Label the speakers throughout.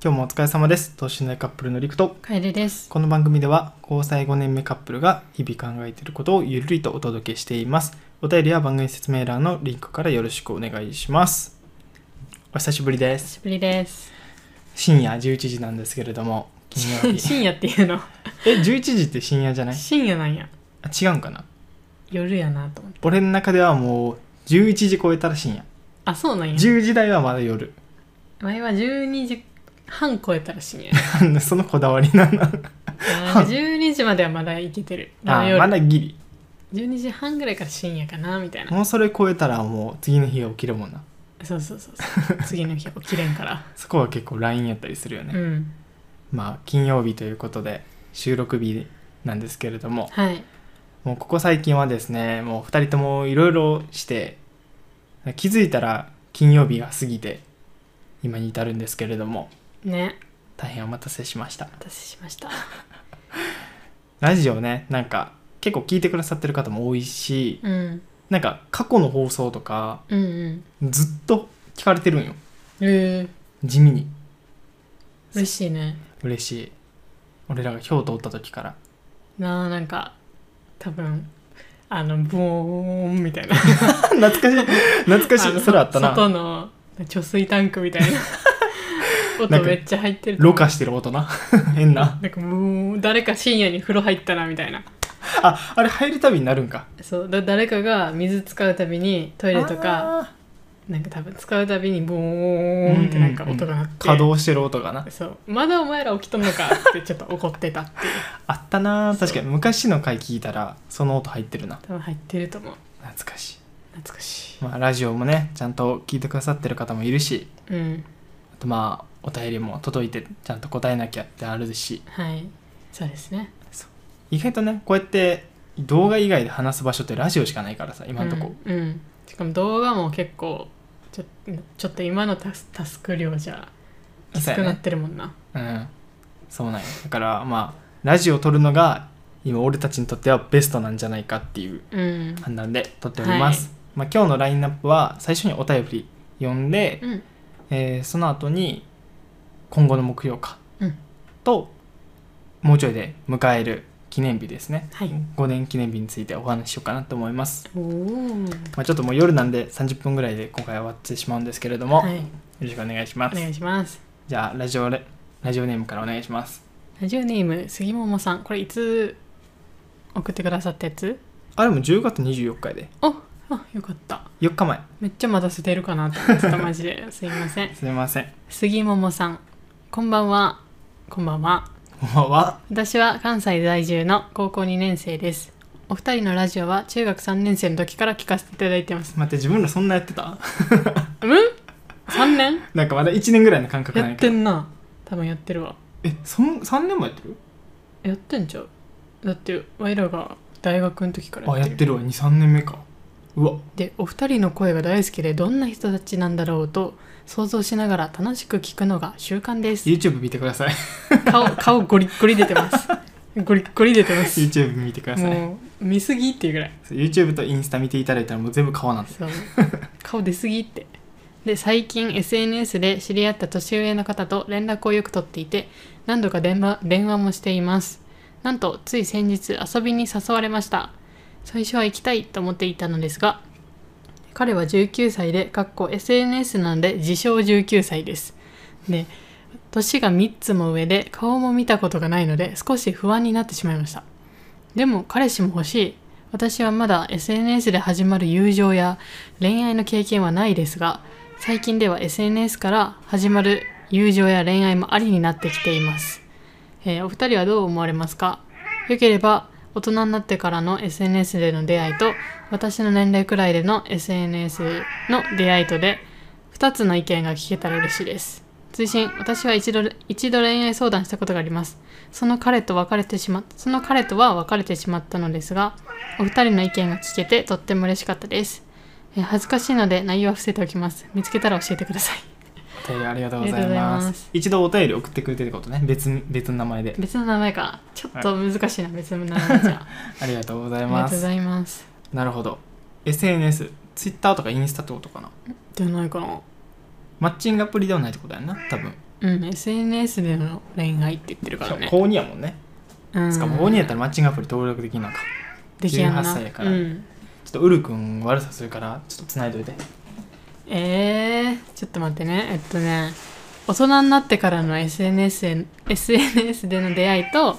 Speaker 1: 今日もお疲れ様です等身大カップルのりくと
Speaker 2: カエルです。
Speaker 1: この番組では交際5年目カップルが日々考えていることをゆるりとお届けしていますお便りは番組説明欄のリンクからよろしくお願いしますお久しぶりで
Speaker 2: 久
Speaker 1: す
Speaker 2: しぶりです。
Speaker 1: 深夜11時なんですけれども金曜 日
Speaker 2: 深夜っていうの。
Speaker 1: え11時って深夜じゃない
Speaker 2: 深夜なんや。
Speaker 1: あ違うんかな
Speaker 2: 夜やなと思って。
Speaker 1: 俺の中ではもう11時超えたら深夜
Speaker 2: あ、そうなんや。
Speaker 1: 10時台はまだ夜
Speaker 2: 前は12時半超えたら深 夜。
Speaker 1: なんでそのこだわりなの
Speaker 2: あー12時まではまだいけてる。
Speaker 1: あ
Speaker 2: 夜
Speaker 1: まだギリ
Speaker 2: 12時半ぐらいから深夜かなみたい な。
Speaker 1: もうそれ超えたらもう次の日は起きるもんな
Speaker 2: そうそうそうそう。次の日は起きれんから。
Speaker 1: そこは結構 LINE やったりする よね、
Speaker 2: うん。
Speaker 1: まあ金曜日ということで収録日なんですけれども
Speaker 2: はい。
Speaker 1: もうここ最近はですねもう2人ともいろいろして気づいたら金曜日が過ぎて今に至るんですけれども
Speaker 2: ね。
Speaker 1: 大変お待たせしました
Speaker 2: お待たせしました。
Speaker 1: ラジオねなんか結構聞いてくださってる方も多いし
Speaker 2: うん。
Speaker 1: なんか過去の放送とか
Speaker 2: うんうん。
Speaker 1: ずっと聞かれてるんよ
Speaker 2: えー、
Speaker 1: 地味に
Speaker 2: 嬉しいね。
Speaker 1: 嬉しい俺らが京都おった時から
Speaker 2: なあ、なんか、多分、あの、ボーンみたいな。
Speaker 1: 懐かしい懐かし
Speaker 2: あの
Speaker 1: いそれあったな
Speaker 2: 外の貯水タンクみたい な
Speaker 1: なん
Speaker 2: 音
Speaker 1: か
Speaker 2: めっちゃ入ってる
Speaker 1: ろ過してる大人変な
Speaker 2: なんかもう誰か深夜に風呂入ったなみたいな
Speaker 1: ああれ入るたびになるんか
Speaker 2: そうだ誰かが水使うたびにトイレとか
Speaker 1: あ
Speaker 2: なんか多分使うたびにボーンってなんか音が鳴って、
Speaker 1: ー稼働してる音がな
Speaker 2: そうまだお前ら起きとんのかってちょっと怒ってたっていう
Speaker 1: あったな
Speaker 2: そう
Speaker 1: 確かに昔の回聞いたらその音入ってるな
Speaker 2: 多分入ってると思う
Speaker 1: 懐かし
Speaker 2: 懐かし
Speaker 1: いまあラジオもねちゃんと聞いてくださってる方もいるし
Speaker 2: いうん
Speaker 1: あとまあお便りも届いてちゃんと答えなきゃってあるし
Speaker 2: はいそうですね
Speaker 1: 意外とねこうやって動画以外で話す場所ってラジオしかないからさ今んとこ、
Speaker 2: うん、うんしかも動画も結構ちょちょっと今のタスタスク量じゃきつ
Speaker 1: そう
Speaker 2: く
Speaker 1: や
Speaker 2: な
Speaker 1: ね
Speaker 2: ってるもんな
Speaker 1: うんそうなんよだからまあラジオを撮るのが今俺たちにとってはベストなんじゃないかっていう
Speaker 2: うん、
Speaker 1: 判断で撮っております、まあ、今日のラインナップは最初にお便り読んで、
Speaker 2: うん、
Speaker 1: えーその後に今後の目標か、
Speaker 2: うん
Speaker 1: ともうちょいで迎える記念日ですね、
Speaker 2: はい
Speaker 1: 5年記念日についてお話ししようかなと思います、
Speaker 2: おお
Speaker 1: まあ、ちょっともう夜なんで30分ぐらいで今回は終わってしまうんですけれども、
Speaker 2: は
Speaker 1: よ
Speaker 2: い
Speaker 1: ろしくお願いしま
Speaker 2: お
Speaker 1: す
Speaker 2: 願いします
Speaker 1: じゃあラジオレラジオネームからお願いします
Speaker 2: ラジオネーム杉桃さんこれいつ送ってくださったやつ
Speaker 1: あでも10月24日やで
Speaker 2: あよかった
Speaker 1: 4日前
Speaker 2: めっちゃ待たせてるかなと思ってたマジ ですいません
Speaker 1: すみません
Speaker 2: 杉桃さんこんばんはこんばんは
Speaker 1: こんばんは
Speaker 2: 私は関西在住の高校2年生ですお二人のラジオは中学3年生の時から聞かせていただいてます
Speaker 1: 待って自分らそんなやってた
Speaker 2: うん3年
Speaker 1: なんかまだ1年ぐらいの感覚な
Speaker 2: や
Speaker 1: い
Speaker 2: っ
Speaker 1: け
Speaker 2: て
Speaker 1: ど
Speaker 2: んな多分やってるわ
Speaker 1: えそん3年もやってる
Speaker 2: やってんちゃうだって我らが大学の時から
Speaker 1: あ
Speaker 2: や
Speaker 1: やっ
Speaker 2: っ
Speaker 1: てて
Speaker 2: る
Speaker 1: るわ23年目かうわ
Speaker 2: でお二人の声が大好きでどんな人たちなんだろうと想像しながら楽しく聞くのが習慣です
Speaker 1: YouTube 見てください
Speaker 2: 顔顔ゴリッゴリ出てますゴリッゴリ出てま す
Speaker 1: YouTube 見てください
Speaker 2: もう見すぎっていうぐらい
Speaker 1: YouTube とインスタ見ていただいたらもう全部顔なんです
Speaker 2: そう顔出すぎってで最近 SNS で知り合った年上の方と連絡をよく取っていて何度か電話電話もしていますなんとつい先日遊びに誘われました最初は行きたいと思っていたのですが彼は19歳でかっこ SNS なので自称19歳ですで年が3つも上で顔も見たことがないので少し不安になってしまいましたでも彼氏も欲しい私はまだ SNS で始まる友情や恋愛の経験はないですが最近では SNS から始まる友情や恋愛もありになってきています、えーお二人はどう思われますかよければ大人になってからの SNS での出会いと私の年齢くらいでの SNS の出会いとで2つの意見が聞けたら嬉しいです追伸私は一度一度恋愛相談したことがありますその彼と別れてしまその彼とは別れてしまったのですがお二人の意見が聞けてとっても嬉しかったですえー恥ずかしいので内容は伏せておきます見つけたら教えてください
Speaker 1: お便りありがとうござい
Speaker 2: ありがとう
Speaker 1: ます
Speaker 2: ございます
Speaker 1: 一度お便り送ってくれてることね別に別の名前で
Speaker 2: 別の名前かちょっと難しいな、別の名前じゃ
Speaker 1: ありがとうござい
Speaker 2: ありが
Speaker 1: ま
Speaker 2: とうご
Speaker 1: す
Speaker 2: ざいます
Speaker 1: なるほど SNSTwitter とかインスタってことかな
Speaker 2: じゃないかな
Speaker 1: マッチングアプリではないってことやんな多分
Speaker 2: うん、SNS での恋愛って言ってるからね。
Speaker 1: 高2やもんね、
Speaker 2: うん
Speaker 1: つか高2やったらマッチングアプリ登録できんのか
Speaker 2: できやんな
Speaker 1: 18歳やから
Speaker 2: うん、
Speaker 1: ちょっとウル君悪さするからちょっとつないどいて
Speaker 2: えー、ちょっと待ってね。えっとね、大人になってからの SNS へ SNS での出会いと、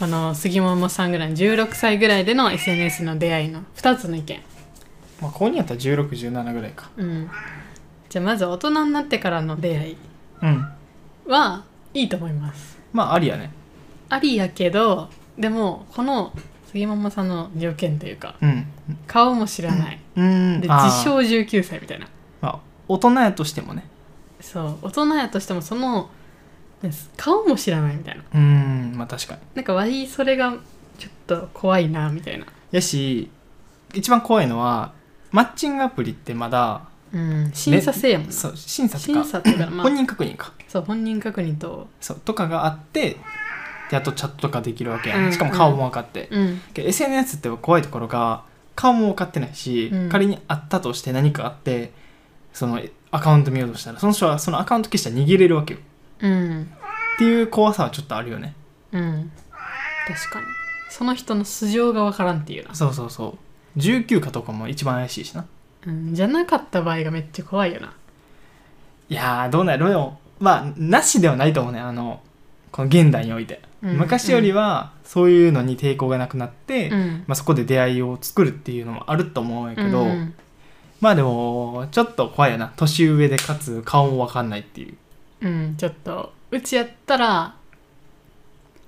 Speaker 2: この杉桃さんぐらいの16歳ぐらいでの SNS の出会いの2つの意見。
Speaker 1: まあ高2やったら1617ぐらいか
Speaker 2: うん。じゃあまず大人になってからの出会い
Speaker 1: うん
Speaker 2: はいいと思います。
Speaker 1: まあありやね
Speaker 2: ありやけど、でもこの杉桃さんの条件というか、
Speaker 1: うん
Speaker 2: 顔も知らない。
Speaker 1: うん
Speaker 2: で、
Speaker 1: あー
Speaker 2: 自称19歳みたいな。
Speaker 1: まあ大人やとしてもね
Speaker 2: そう大人やとしてもそのね顔も知らないみたいな
Speaker 1: うんまあ確かに
Speaker 2: なんかわいそれがちょっと怖いなみたいな
Speaker 1: やし一番怖いのはマッチングアプリってまだ
Speaker 2: うん審査制やもんな
Speaker 1: そう審査とか
Speaker 2: 審査とか、まあ
Speaker 1: 本、人確認か
Speaker 2: そう本人確認と
Speaker 1: そうとかがあってであとチャットとかできるわけや
Speaker 2: うん
Speaker 1: ん、
Speaker 2: うん
Speaker 1: しかも顔も分かって、
Speaker 2: うん
Speaker 1: けど SNS って怖いところが顔も分かってないし、
Speaker 2: うん
Speaker 1: 仮にあったとして何かあってそのアカウント見ようとしたらその人はそのアカウント消したら逃げれるわけよ
Speaker 2: うん
Speaker 1: っていう怖さはちょっとあるよね
Speaker 2: うん確かにその人の素性がわからんっていうな、
Speaker 1: そうそうそう19かとかも一番怪しいしな
Speaker 2: うん、じゃなかった場合がめっちゃ怖いよない
Speaker 1: やーどうなるよまあなしではないと思うねあのこの現代において、
Speaker 2: うん
Speaker 1: 昔よりはそういうのに抵抗がなくなって、
Speaker 2: うん
Speaker 1: まあ、そこで出会いを作るっていうのもあると思うんやけど、
Speaker 2: うんうん
Speaker 1: まあでもちょっと怖いよな年上でかつ顔も分かんないっていう
Speaker 2: うんちょっとうちやったら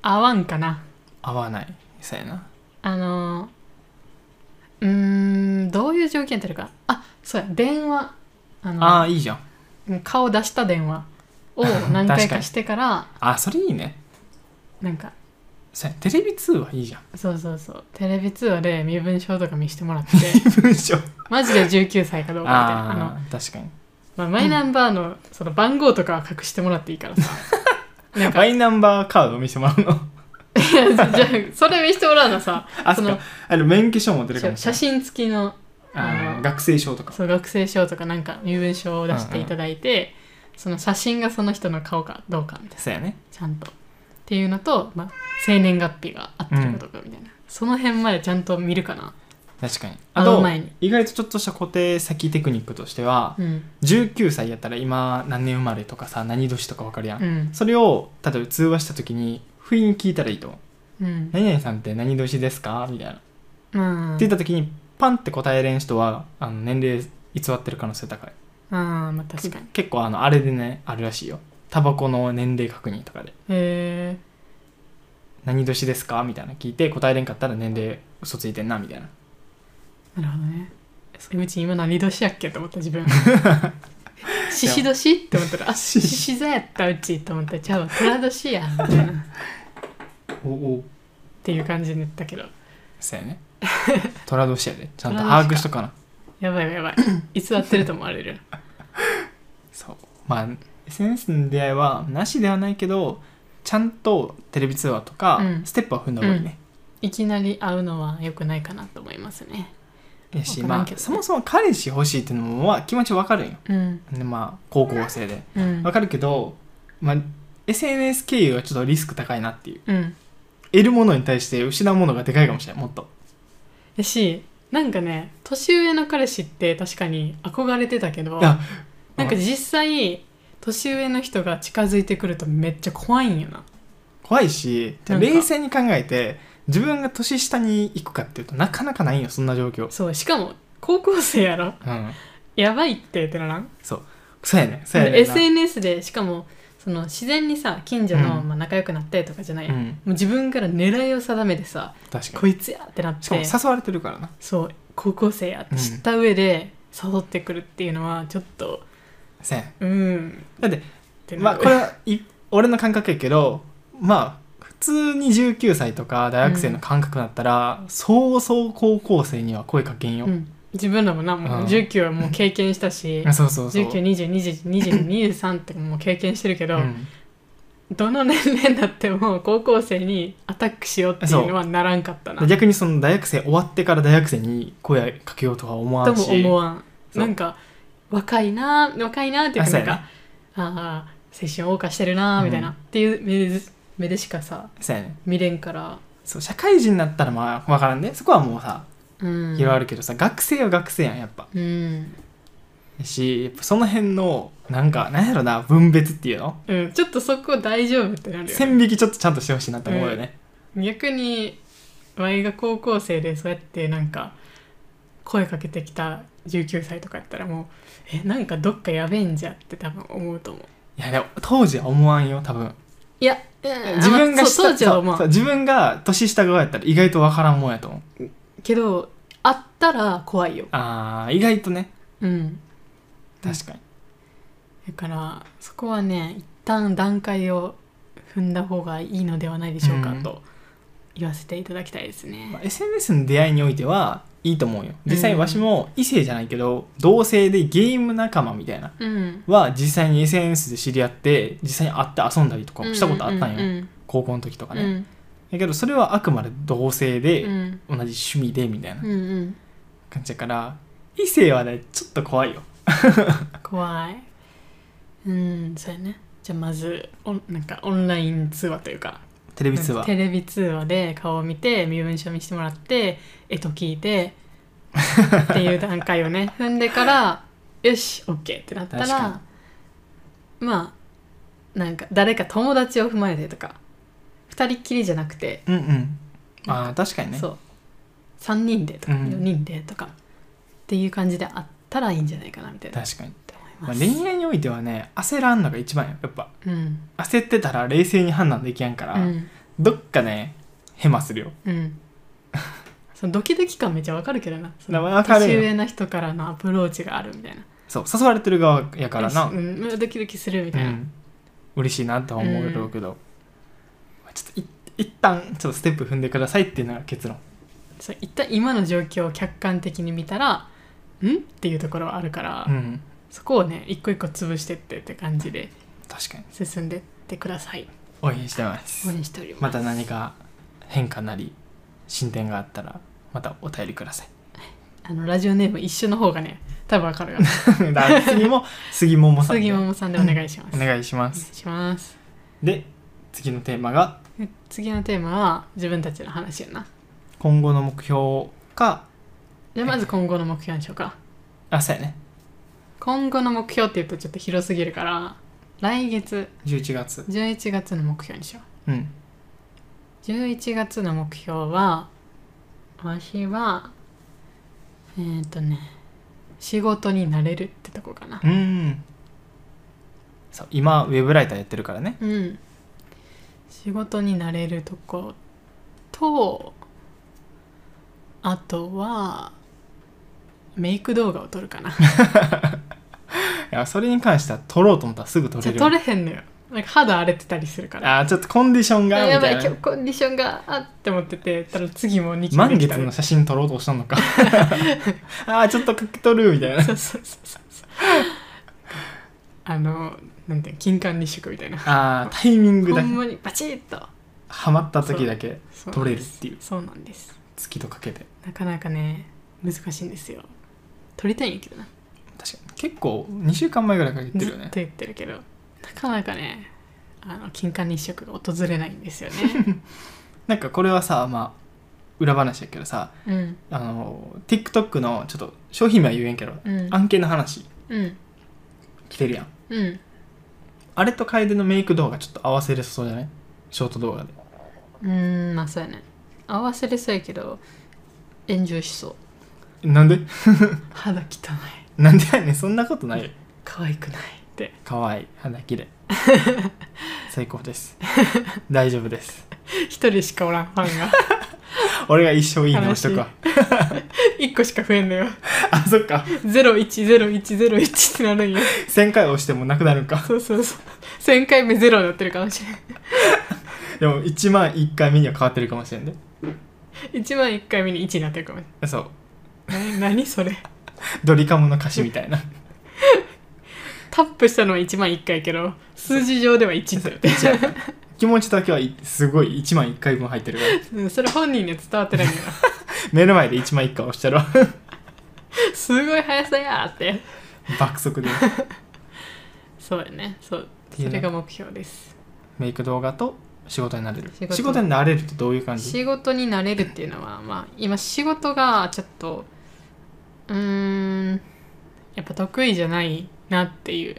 Speaker 2: 合わんかな
Speaker 1: 合わないそうやな
Speaker 2: あのうーんどういう条件ってあるかあそうや電話あ
Speaker 1: あ
Speaker 2: の
Speaker 1: あいいじゃん
Speaker 2: 顔出した電話 を何回かしてから
Speaker 1: あそれいいね
Speaker 2: なんか
Speaker 1: そうやテレビ通話いいじゃん
Speaker 2: そうそうそうテレビ通話で身分証とか見してもらって
Speaker 1: 文章
Speaker 2: マジで19歳かどうかみたいなあの、
Speaker 1: ああ確かに
Speaker 2: まあ、マイナンバーのその番号とかは隠してもらっていいからさ なんか
Speaker 1: マイナンバーカードを見せてもらうの
Speaker 2: いやじゃあそれ見してもらうのさ
Speaker 1: あ
Speaker 2: そ
Speaker 1: そ
Speaker 2: の
Speaker 1: っかあの免許証持ってるかもしれ
Speaker 2: 写
Speaker 1: ない
Speaker 2: 真付きの
Speaker 1: あ
Speaker 2: あ
Speaker 1: ー
Speaker 2: の
Speaker 1: 学生証とか
Speaker 2: そう学生証とかなんか身分証を出していただいて、その写真がその人の顔かどうかみたいな
Speaker 1: そうやね
Speaker 2: ちゃんとっていうのと、まあ、生年月日が合ってるかどうかみたいな、その辺までちゃんと見るかな
Speaker 1: 確かにあ
Speaker 2: あの
Speaker 1: と
Speaker 2: 前に
Speaker 1: 意外とちょっとした固定先テクニックとしては
Speaker 2: うん
Speaker 1: 19歳やったら今何年生まれとかさ何年とか分かるやん、
Speaker 2: うん
Speaker 1: それを例えば通話した時に不意に聞いたらいいと思う
Speaker 2: うん
Speaker 1: 何々さんって何年ですかみたいな、って
Speaker 2: うん
Speaker 1: 言った時にパンって答えれん人はあの年齢偽ってる可能性高い
Speaker 2: あーまあ確かに
Speaker 1: 結構あのあれでねあるらしいよタバコの年齢確認とかで
Speaker 2: へえ
Speaker 1: 何年ですかみたいな聞いて答えれんかったら年齢嘘ついてんなみたいな
Speaker 2: なるほどねそれうち今何年やっけと思った自分 獅子年って思ったらあ獅子座やったうちと思ったらじゃあ虎年やみたいなっ
Speaker 1: おお
Speaker 2: ていう感じに言ったけど
Speaker 1: そうやね虎年やでちゃんと
Speaker 2: 寅年か
Speaker 1: 把握しとかな
Speaker 2: やばいやばい 偽ってると思われる
Speaker 1: そうまあ SNS の出会いはなしではないけどちゃんとテレビ通話とか、
Speaker 2: うん
Speaker 1: ステップは踏んだ方がいいね、
Speaker 2: いきなり会うのは良くないかなと思いますね
Speaker 1: やし、
Speaker 2: わからん
Speaker 1: ま
Speaker 2: けど
Speaker 1: あ
Speaker 2: ね
Speaker 1: そもそも彼氏欲しいっていうのも、まあ、気持ちわかるんよ
Speaker 2: うん
Speaker 1: でまあ高校生で
Speaker 2: うん
Speaker 1: わかるけど、まあ、SNS 経由はちょっとリスク高いなっていう
Speaker 2: うん
Speaker 1: 得るものに対して失うものがでかいかもしれないもっと
Speaker 2: やしなんかね年上の彼氏って確かに憧れてたけど
Speaker 1: いや
Speaker 2: なんか実際年上の人が近づいてくるとめっちゃ怖いんよな
Speaker 1: 怖いし
Speaker 2: なんか
Speaker 1: 冷静に考えて自分が年下に行くかっていうとなかなかないんよそんな状況
Speaker 2: そうしかも高校生やろ
Speaker 1: うん
Speaker 2: やばいってってならん
Speaker 1: そうやねそうや
Speaker 2: で
Speaker 1: ねんな
Speaker 2: SNS でしかもその自然にさ近所の、
Speaker 1: うん
Speaker 2: まあ、仲良くなってとかじゃない、
Speaker 1: う
Speaker 2: も
Speaker 1: ん
Speaker 2: う自分から狙いを定めてさ
Speaker 1: 確か
Speaker 2: こ
Speaker 1: に
Speaker 2: いつやってなって
Speaker 1: しかも誘われてるからな
Speaker 2: そう高校生やって知った上で誘ってくるっていうのはちょっと
Speaker 1: そうやね
Speaker 2: うん
Speaker 1: だって
Speaker 2: てなる
Speaker 1: まあこれはい俺の感覚やけどまあ普通に19歳とか大学生の感覚だったら、そうそう高校生には声かけんよ、
Speaker 2: うん、自分らもなも
Speaker 1: う
Speaker 2: う
Speaker 1: ん
Speaker 2: 19はもう経験したし、
Speaker 1: あ そうそうそう
Speaker 2: 19202123ってもう経験してるけど、
Speaker 1: うん
Speaker 2: どの年齢になっても高校生にアタックしようっていうのはならんかった な
Speaker 1: 逆にその大学生終わってから大学生に声かけようとは思わ
Speaker 2: と
Speaker 1: んし
Speaker 2: も思わん
Speaker 1: そう
Speaker 2: なんか若いな若いなっていう
Speaker 1: あ
Speaker 2: か
Speaker 1: そ
Speaker 2: な
Speaker 1: うんや
Speaker 2: か
Speaker 1: な
Speaker 2: ああ青春謳歌してるなーみたい
Speaker 1: う
Speaker 2: な、
Speaker 1: ん
Speaker 2: っていう目で目でしかさ
Speaker 1: そうやね
Speaker 2: 見れんから
Speaker 1: そう社会人になったらまあ分からんねそこはもうさ
Speaker 2: うん
Speaker 1: いろいろあるけどさ、学生は学生やんやっぱ
Speaker 2: うん、
Speaker 1: しやっぱその辺のなんかなんやろな分別っていうの
Speaker 2: うん、ちょっとそこ大丈夫ってなるよね
Speaker 1: 線引きちょっとちゃんとしてほしいなと思うよね、
Speaker 2: 逆にワイが高校生でそうやってなんか声かけてきた19歳とかやったらもうえなんかどっかやべえんじゃって多分思うと思う
Speaker 1: いやでも当時は思わんよ多分
Speaker 2: いや
Speaker 1: 自分が
Speaker 2: そう当時は
Speaker 1: そう
Speaker 2: ま
Speaker 1: そう
Speaker 2: あ
Speaker 1: 自分が年下側やったら意外と分からんもんやと思う
Speaker 2: けどあったら怖いよ
Speaker 1: あー意外とね
Speaker 2: うん
Speaker 1: 確かに、
Speaker 2: だからそこはね一旦段階を踏んだ方がいいのではないでしょうか
Speaker 1: うん
Speaker 2: と言わせていただきたいです
Speaker 1: まあ
Speaker 2: ね、
Speaker 1: SNS の出会いにおいてはいいと思うよ実際
Speaker 2: うん
Speaker 1: わしも異性じゃないけど同性でゲーム仲間みたいな
Speaker 2: うん
Speaker 1: は実際に SNS で知り合って実際に会って遊んだりとかもしたことあったんよ、
Speaker 2: うん
Speaker 1: 高校の時とか
Speaker 2: うん
Speaker 1: ね、
Speaker 2: うん
Speaker 1: だけどそれはあくまで同性
Speaker 2: う
Speaker 1: で、
Speaker 2: ん
Speaker 1: 同じ趣味でみたいな
Speaker 2: うんうん
Speaker 1: 感じだから異性はねちょっと怖いよ
Speaker 2: 怖いうんそうやねじゃあまずオンなんかオンライン通話というか
Speaker 1: テレビ通話
Speaker 2: テレビ通話で顔を見て身分証見してもらって絵と聞いてっていう段階 をね踏んでからよし OK ってなった
Speaker 1: 確から
Speaker 2: まあなんか誰か友達を踏まえてとか2人っきりじゃなくて、
Speaker 1: うんうんああ確かにね
Speaker 2: そう3人でとか
Speaker 1: うん
Speaker 2: 4人でとか、っていう感じであったらいいんじゃないかなみたいな
Speaker 1: 確かに、
Speaker 2: と思い
Speaker 1: ま
Speaker 2: ま
Speaker 1: あ、
Speaker 2: す、
Speaker 1: 恋愛においてはね焦らんのが一番よやっぱ
Speaker 2: うん
Speaker 1: 焦ってたら冷静に判断できやんから、
Speaker 2: うん
Speaker 1: どっかねヘマするよ
Speaker 2: うん、そのドキドキ感めっちゃわかるけどなその
Speaker 1: なわかるよ
Speaker 2: 年上の人からのアプローチがあるみたいな
Speaker 1: そう誘われてる側やからな、
Speaker 2: うんうん、ドキドキするみ
Speaker 1: う
Speaker 2: たいな、
Speaker 1: ん、嬉しいなとは思うだろうけど、まあちょっとい一旦ちょっとステップ踏んでくださいっていうのが結論
Speaker 2: そう一旦今の状況を客観的に見たらんっていうところはあるから、
Speaker 1: うん
Speaker 2: そこをね一個一個潰してってって感じで
Speaker 1: 確かに
Speaker 2: 進んでってください
Speaker 1: 応援してます
Speaker 2: 応援しております
Speaker 1: また何か変化なり進展があったらまたお便りください
Speaker 2: あのラジオネーム一緒の方がね多分わ かるよ
Speaker 1: だから次も杉桃さん
Speaker 2: 杉
Speaker 1: でお
Speaker 2: 桃さんでお願いします、お願
Speaker 1: 願いしま
Speaker 2: い
Speaker 1: す
Speaker 2: します
Speaker 1: で次のテーマが
Speaker 2: で次のテーマは自分たちの話やな
Speaker 1: 今後の目標か
Speaker 2: じゃあまず今後の目標にしようか
Speaker 1: あそうやね
Speaker 2: 今後の目標って言うとちょっと広すぎるから来月
Speaker 1: 11月
Speaker 2: 11月の目標にしよ
Speaker 1: うん
Speaker 2: う11月の目標はわしはえっ、ー、とね仕事になれるってとこかな
Speaker 1: うんそう今ウェブライターやってるからね
Speaker 2: うん仕事になれるとことあとはメイク動画を撮るかな
Speaker 1: いやそれに関しては撮ろうと思ったらすぐ撮
Speaker 2: じ
Speaker 1: れ
Speaker 2: ゃ
Speaker 1: る
Speaker 2: 撮れへんのよなんか肌荒れてたりするから
Speaker 1: あーちょっとコンディションがみ
Speaker 2: やば
Speaker 1: た
Speaker 2: い
Speaker 1: い
Speaker 2: 今
Speaker 1: な
Speaker 2: 日コンディションがあって思っててたら次も2期
Speaker 1: 満
Speaker 2: でき
Speaker 1: 月
Speaker 2: た
Speaker 1: の写真撮ろうとしたの かあーちょっと書き取るみたいな
Speaker 2: そうそうそうそうあのなんていうの金環日食みたいな
Speaker 1: あータイミング
Speaker 2: ほ
Speaker 1: だけ
Speaker 2: んまにバチッと
Speaker 1: ハマった時だけ
Speaker 2: そう
Speaker 1: 撮れるっていう
Speaker 2: そうなんです
Speaker 1: 月とかけて
Speaker 2: なかなかね難しいんですよ撮りたいんやけどな
Speaker 1: 確かに結構2週間前ぐらいから言ってる
Speaker 2: ずっ
Speaker 1: よ
Speaker 2: と
Speaker 1: ね
Speaker 2: 言ってるけどなかなかねあの金環日食が訪れないんです よね
Speaker 1: なんかこれはさまあ裏話やけどさ
Speaker 2: うん
Speaker 1: あの TikTok のちょっと商品名は言えんけど
Speaker 2: うん
Speaker 1: 案件の話
Speaker 2: うん
Speaker 1: 来てるやん
Speaker 2: うん
Speaker 1: あれと楓のメイク動画ちょっと合わせれそうじゃないショート動画で
Speaker 2: うーんまあそうやね合わせれそうやけど炎上しそう
Speaker 1: なんで
Speaker 2: 肌汚い
Speaker 1: なんでやねんそんなことないよ
Speaker 2: 可愛くないって
Speaker 1: 可愛い肌綺 麗最高です大丈夫です
Speaker 2: 一人しかおらんファンが
Speaker 1: 俺が一生いいね押しとくわ
Speaker 2: 一個しか増えんのよ
Speaker 1: あそっか
Speaker 2: 010101ってなるんよ
Speaker 1: 1000回押してもなくなるんか
Speaker 2: そうそうそう1000回目ゼロになってるかもしれない
Speaker 1: でも1万1回目には変わってるかもしれんね
Speaker 2: 1万1回目に1になってるかもし
Speaker 1: そう
Speaker 2: れないな何それ
Speaker 1: ドリカムの歌詞みたい な
Speaker 2: タップしたのは1万1回やけど数字上では1って
Speaker 1: 気持ちだけはいすごい1万1回分入ってるから
Speaker 2: うんそれ本人には伝わってないんだよ
Speaker 1: 目の前で1万1回押してるわ
Speaker 2: すごい速さやーって
Speaker 1: 爆速で
Speaker 2: そうやねそう
Speaker 1: ってい
Speaker 2: そうれが
Speaker 1: の
Speaker 2: 目標です
Speaker 1: メイク動画と仕事になれる
Speaker 2: 仕
Speaker 1: 仕
Speaker 2: 事
Speaker 1: 事になれるってどういう感じ
Speaker 2: 仕事になれるっていうのはまあ今仕事がちょっとうーんやっぱ得意じゃないなっていう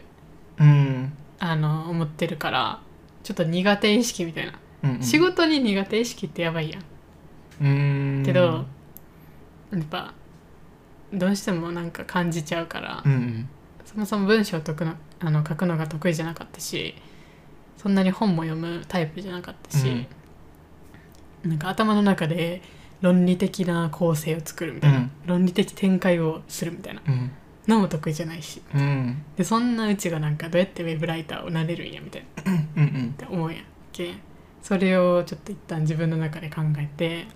Speaker 1: うん、
Speaker 2: あの思ってるからちょっと苦手意識みたいな、
Speaker 1: うんうん、
Speaker 2: 仕事に苦手意識ってやばいやん
Speaker 1: うん
Speaker 2: けど、やっぱどうしてもなんか感じちゃうから、
Speaker 1: うんうん
Speaker 2: そもそも文章を解くのあの書くのが得意じゃなかったしそんなに本も読むタイプじゃなかったし、なんか頭の中で論理的な構成を作るみたいな、
Speaker 1: うん
Speaker 2: 論理的展開をするみたいな
Speaker 1: うん
Speaker 2: のも得意じゃないし
Speaker 1: うんうん
Speaker 2: でそんなうちがなんかどうやってウェブライターをなれるんやみたいな
Speaker 1: うんうん
Speaker 2: って思うやんけんそれをちょっと一旦自分の中で考えて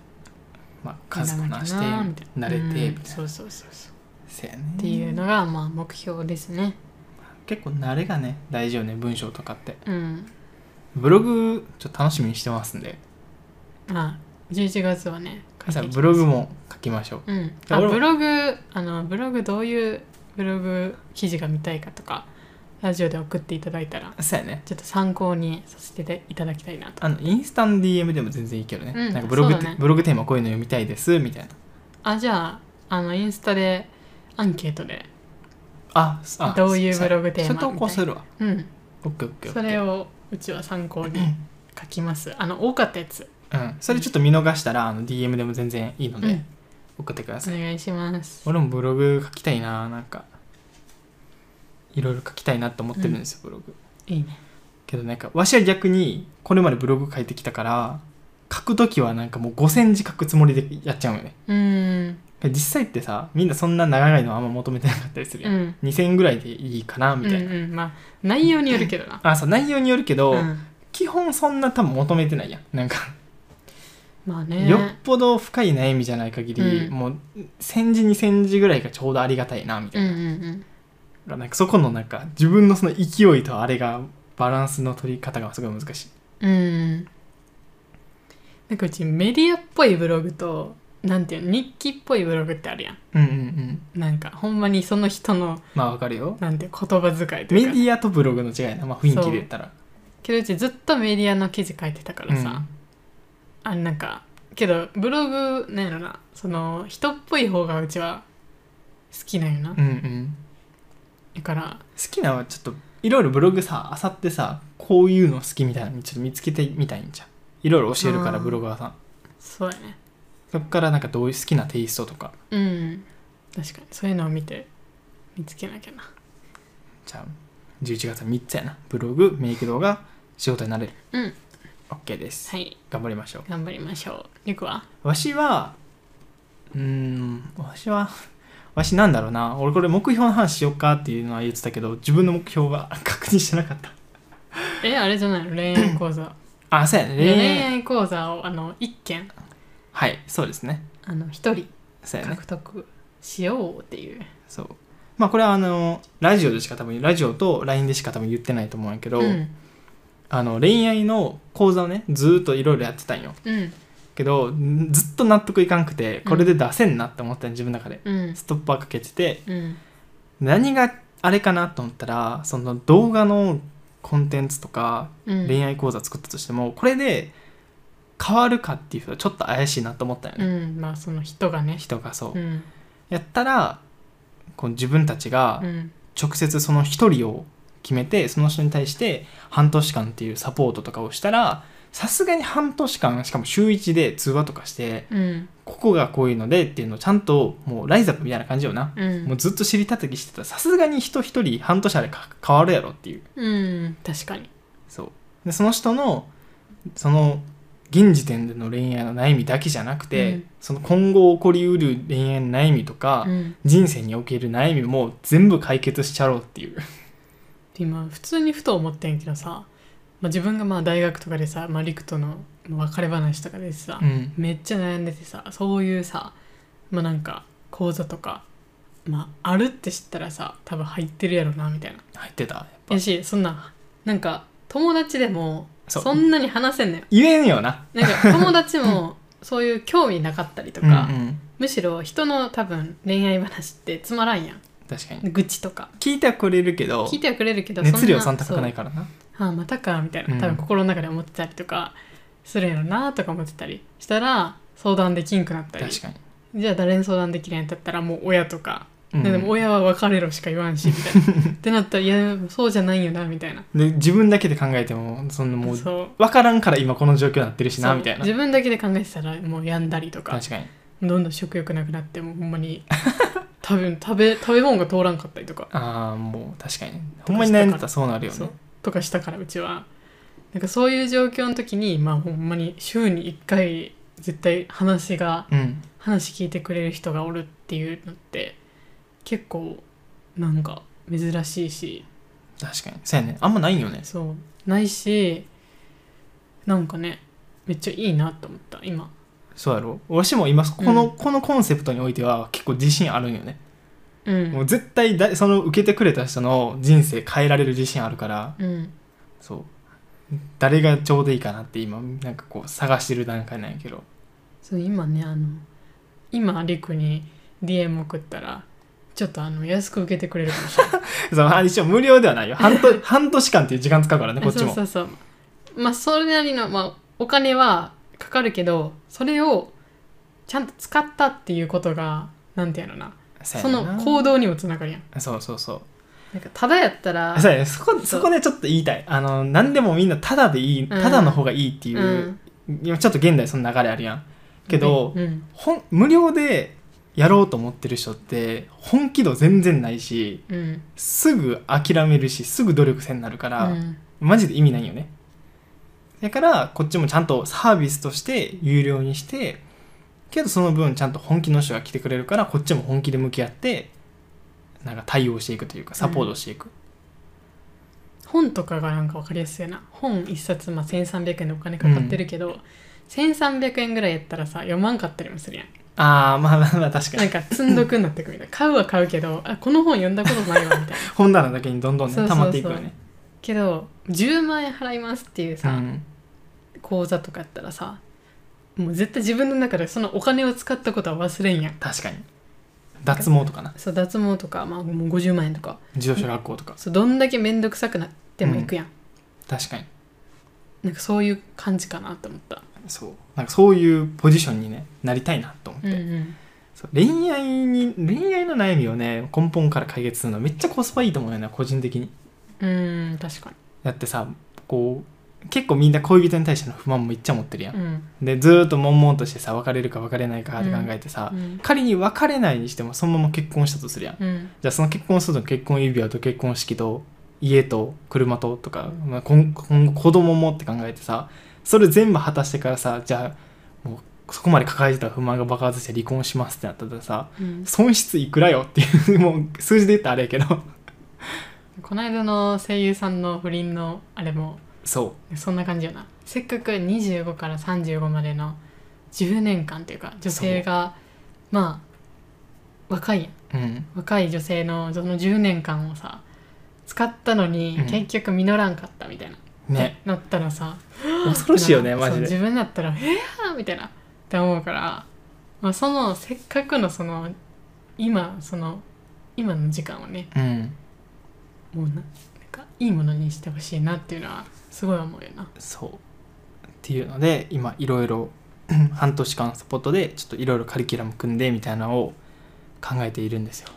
Speaker 1: まあ数こなして
Speaker 2: やらなきゃな
Speaker 1: 慣れてみたい
Speaker 2: うん
Speaker 1: な
Speaker 2: そうそうそうそう
Speaker 1: せやね
Speaker 2: っていうのがまあ目標ですね
Speaker 1: 結構慣れがね大事よね文章とかって
Speaker 2: うん
Speaker 1: ブログちょっと楽しみにしてますんで
Speaker 2: あ11月はね書い
Speaker 1: さ
Speaker 2: て
Speaker 1: あ
Speaker 2: いきます
Speaker 1: ブログも書きましょう
Speaker 2: うん
Speaker 1: いや
Speaker 2: あ
Speaker 1: 俺も
Speaker 2: ブログあのブログどういうブログ記事が見たいかとかラジオで送っていただいたら
Speaker 1: そうやね
Speaker 2: ちょっと参考にさせていただきたいなと
Speaker 1: あのインスタの DM でも全然いいけどね、
Speaker 2: うん
Speaker 1: なんかブログ
Speaker 2: そ
Speaker 1: て、
Speaker 2: うだね
Speaker 1: ブログテーマこういうの読みたいですみたいな
Speaker 2: あじゃああのインスタでアンケートで
Speaker 1: ああ
Speaker 2: どういうブログテーマ
Speaker 1: それ投稿するわ
Speaker 2: うん
Speaker 1: オッケーオッケーオッケ
Speaker 2: そ
Speaker 1: ー
Speaker 2: れをうちは参考に書きますあの多かったやつ、
Speaker 1: うんそれちょっと見逃したらあの DM でも全然いいので、
Speaker 2: うん
Speaker 1: 送ってくだ
Speaker 2: お
Speaker 1: さい、
Speaker 2: 願いします
Speaker 1: 俺もブログ書きたいななんかいろいろ書きたいなと思ってるんですよ、ブログ
Speaker 2: いいね
Speaker 1: けどなんかわしは逆にこれまでブログ書いてきたから書くときはなんかもう5センチ書くつもりでやっちゃうよね
Speaker 2: うーん
Speaker 1: 実際ってさみんなそんな長いのあんま求めてなかったりする
Speaker 2: う
Speaker 1: やん、
Speaker 2: ん
Speaker 1: 2000ぐらいでいいかなみたいな、
Speaker 2: うんうんまあ内容によるけどな
Speaker 1: あそう内容によるけど、
Speaker 2: うん
Speaker 1: 基本そんな多分求めてないやんなんか、
Speaker 2: まあね
Speaker 1: よっぽど深い悩みじゃない限り、
Speaker 2: うん
Speaker 1: もう1000字2字ぐらいがちょうどありがたいなみた
Speaker 2: う
Speaker 1: い
Speaker 2: ん
Speaker 1: な,、
Speaker 2: うん
Speaker 1: なんかそこのなんか自分のその勢いとあれがバランスの取り方がすごい難しい
Speaker 2: うんうんなんかうちメディアっぽいブログとなんていうの日記っぽいブログってあるやん
Speaker 1: うんうんうん
Speaker 2: なんかほんまにその人の
Speaker 1: まあわかるよ
Speaker 2: なんていう言葉遣いと
Speaker 1: メ
Speaker 2: い
Speaker 1: デ
Speaker 2: うか
Speaker 1: ィアとブログの違いやな、まあ、雰囲気で言ったら
Speaker 2: けどうちずっとメディアの記事書いてたからさ、あなんかけどブログなんやろなその人っぽい方がうちは好きなんよな
Speaker 1: うん、うんうん
Speaker 2: だから
Speaker 1: 好きなのはちょっといろいろブログさあさってさこういうの好きみたいなのちょっと見つけてみたいんじゃんいろいろ教えるから
Speaker 2: うん
Speaker 1: ブロガーさん
Speaker 2: そうやね
Speaker 1: そこからなんかどういう好きなテイストとか
Speaker 2: うん確かにそういうのを見て見つけなきゃな
Speaker 1: じゃあ11月は3つやなブログメイク動画仕事になれる
Speaker 2: うん
Speaker 1: OK です、
Speaker 2: はい
Speaker 1: 頑張りましょう
Speaker 2: 頑張りましょうりくは
Speaker 1: わしはうーんわしはわしなんだろうな俺これ目標の話しよっかっていうのは言ってたけど自分の目標は確認してなかった
Speaker 2: えあれじゃないの恋愛講座
Speaker 1: あそうやね
Speaker 2: いや
Speaker 1: 恋
Speaker 2: 恋
Speaker 1: 愛
Speaker 2: 愛講座をあの一件
Speaker 1: はいそうですね
Speaker 2: あの一人
Speaker 1: そうやね
Speaker 2: 獲得しようっていう
Speaker 1: そうまあこれはあのラジオでしか多分ラジオと LINE でしか多分言ってないと思うんやけど、
Speaker 2: うん
Speaker 1: あの恋愛の講座をねずーっといろいろやってたんよ
Speaker 2: うん
Speaker 1: けどんずっと納得いかんくてこれで出せんなって思ったん自分の中で
Speaker 2: うん
Speaker 1: ストッパーかけてて
Speaker 2: うん
Speaker 1: 何があれかなと思ったらその動画のコンテンツとか
Speaker 2: うん
Speaker 1: 恋愛講座作ったとしてもこれで変わるかっていう人はちょっと怪しいなと思ったよ
Speaker 2: う
Speaker 1: ね、
Speaker 2: んまあその人がね
Speaker 1: 人がそう、
Speaker 2: うん
Speaker 1: やったらこう自分たちが
Speaker 2: うん
Speaker 1: 直接その一人を決めてその人に対して半年間っていうサポートとかをしたらさすがに半年間しかも週1で通話とかして
Speaker 2: うん
Speaker 1: ここがこういうのでっていうのをちゃんともうライズアップみたいな感じよな、
Speaker 2: うん
Speaker 1: もうずっと知りたたきしてたらさすがに人一人半年あれか変わるやろっていう
Speaker 2: うん確かに
Speaker 1: そうでその人のその現時点での恋愛の悩みだけじゃなくて、
Speaker 2: うん
Speaker 1: その今後起こりうる恋愛の悩みとか、
Speaker 2: うん
Speaker 1: 人生における悩みも全部解決しちゃろうっていう
Speaker 2: 今普通にふと思ってんけどさ、まあ、自分がまあ大学とかでさ、まあ、陸との別れ話とかでさ、
Speaker 1: うん
Speaker 2: めっちゃ悩んでてさそういうさまあなんか講座とか、まあ、あるって知ったらさ多分入ってるやろなみたいな
Speaker 1: 入ってたやっぱ
Speaker 2: やしそんななんか友達でも
Speaker 1: そ
Speaker 2: そうそんなに話せんのよ
Speaker 1: 言えんよな
Speaker 2: なん か友達もそういう興味なかったりと
Speaker 1: と
Speaker 2: か、
Speaker 1: か、うんうん
Speaker 2: むしろ人の多分恋愛話ってつまらんやん
Speaker 1: 確かに
Speaker 2: 愚痴とか
Speaker 1: 聞いてはくれるけど
Speaker 2: 聞いてはくれるけど
Speaker 1: 熱量
Speaker 2: そ
Speaker 1: さ
Speaker 2: ん
Speaker 1: ん
Speaker 2: な
Speaker 1: 高くないからな
Speaker 2: ああまたかみたいな
Speaker 1: うん
Speaker 2: 多分心の中で思ってたりとかするやろなとか思ってたりしたら相談できんくなったり
Speaker 1: 確かに。
Speaker 2: じゃあ誰に相談できないんだったらもう親とか、
Speaker 1: うん
Speaker 2: ででも親は別れろしか言わんしみた いなってなったらいやそうじゃないよなみたいな
Speaker 1: で自分だけで考えてもそんなもう
Speaker 2: そう
Speaker 1: 分からんから今この状況になってるし
Speaker 2: そ
Speaker 1: な
Speaker 2: う
Speaker 1: みたいな
Speaker 2: 自分だけで考えてたらもう病んだりとか
Speaker 1: 確かに
Speaker 2: どんどん食欲なくなってもうほん まに多分食べ食べ物が通らんかったりとか
Speaker 1: ああもう確かにほんまに悩んでたらそうなるよ
Speaker 2: そ
Speaker 1: ね
Speaker 2: うとかしたからうちはなんかそういう状況の時にまあほんまに週に1回絶対話が
Speaker 1: うん
Speaker 2: 話聞いてくれる人がおるっていうのって結構なんか珍しいし
Speaker 1: 確かにそうやねあんまないよね
Speaker 2: そうないしなんかねめっちゃいいなと思った今
Speaker 1: そうやろわしも今この,、
Speaker 2: うん
Speaker 1: このコンセプトにおいては結構自信あるんよね、
Speaker 2: う
Speaker 1: も
Speaker 2: ん
Speaker 1: う絶対だその受けてくれた人の人生変えられる自信あるから
Speaker 2: うん
Speaker 1: そう誰がちょうどいいかなって今なんかこう探してる段階なんやけど
Speaker 2: そう今ねあの今りくに DM 送ったらちょっとあの安く受けてくれるかもしれない
Speaker 1: そのあ一応無料ではないよ半年 半年間っていう時間使う からねこっちも
Speaker 2: そうそうそうまあそれなりの、まあ、お金はかかるけどそれをちゃんと使ったっていうことがなんていうのなそ
Speaker 1: そうやねんな
Speaker 2: の行動にもつながるやん
Speaker 1: そうそうそう
Speaker 2: なんかただやったら
Speaker 1: そうやねそこ
Speaker 2: う
Speaker 1: そこでちょっと言いたいあの何でもみんなただでいい、ただの方がいいっていうう、
Speaker 2: ん
Speaker 1: 今ちょっと現代その流れあるやんけど、
Speaker 2: うん
Speaker 1: ほん無料でやろうと思ってる人って本気度全然ないし
Speaker 2: うん
Speaker 1: すぐ諦めるしすぐ努力せんなるから、
Speaker 2: うん
Speaker 1: マジで意味ないよねだからこっちもちゃんとサービスとして有料にしてけどその分ちゃんと本気の人が来てくれるからこっちも本気で向き合ってなんか対応していくというかサポートしていく、
Speaker 2: 本とかがなんか分かりやすいよな本一冊、まあ、1300円でお金かかってるけど、1300円ぐらいやったらさ読まんかったりもするやん
Speaker 1: ああまあまあまあ確か
Speaker 2: な
Speaker 1: に
Speaker 2: んか積んどくになってくみたい な買うは買うけどあこの本読んだことないわみたいな
Speaker 1: 本棚だけにどんどんね
Speaker 2: そうそ
Speaker 1: 溜
Speaker 2: うそう
Speaker 1: まっていくよね
Speaker 2: けど10万円払いますっていう
Speaker 1: う
Speaker 2: さ、
Speaker 1: ん
Speaker 2: 口座とかやったらさもう絶対自分の中でそのお金を使ったことは忘れんやん
Speaker 1: 確かに脱毛とかな
Speaker 2: そう脱毛とか、まあ、もう50万円とか
Speaker 1: 自動車学校とか
Speaker 2: そうどんだけ面倒くさくなっても行くやん、
Speaker 1: 確かに
Speaker 2: なんかそういう感じかなと思った、
Speaker 1: そうなんかそういうポジションに、ね、なりたいなと思って、
Speaker 2: ん、
Speaker 1: そう恋愛に恋愛の悩みをね根本から解決するのはめっちゃコスパいいと思うよね個人的に
Speaker 2: うん確か
Speaker 1: だってさこう結構みんな恋人に対しての不満もめっちゃ持ってるやん
Speaker 2: に、、うん
Speaker 1: でずーっと悶々としてさ別れるか別れないかって考えてさ、
Speaker 2: うん
Speaker 1: 仮に別れないにしてもそのまま結婚したとするやん
Speaker 2: うん、
Speaker 1: じゃあその結婚すると結婚指輪と結婚式と家と車ととか、まあ、今今後子供もって考えてさそれ全部果たしてからさじゃあもうそこまで抱えてた不満が爆発して離婚しますってなったらさ
Speaker 2: うん、
Speaker 1: 損失いくらよっていう もう数字で言ったらあれやけど
Speaker 2: この間の声優さんの不倫のあれも
Speaker 1: そ
Speaker 2: そんな感じよなせっかく25から35までの10年間というか女性がまあ若いやん
Speaker 1: ううん
Speaker 2: 若い女性のその10年間をさ使ったのに
Speaker 1: うん
Speaker 2: 結局実らんかったみたいな、
Speaker 1: ね
Speaker 2: なったらさ
Speaker 1: 恐ろしいよね
Speaker 2: なん
Speaker 1: マ
Speaker 2: か
Speaker 1: ジ
Speaker 2: そう
Speaker 1: で
Speaker 2: 自分だったら「えや!」みたいなって思うから、まあ、そのせっかくのその今その今の時間をね
Speaker 1: うん
Speaker 2: もうななんかいいものにしてほしいなっていうのはすごい思うよな
Speaker 1: そうっていうので今いろい ろ半年間サポートでちょっといろいろカリキュラム組んでみたいなのを考えているんですよ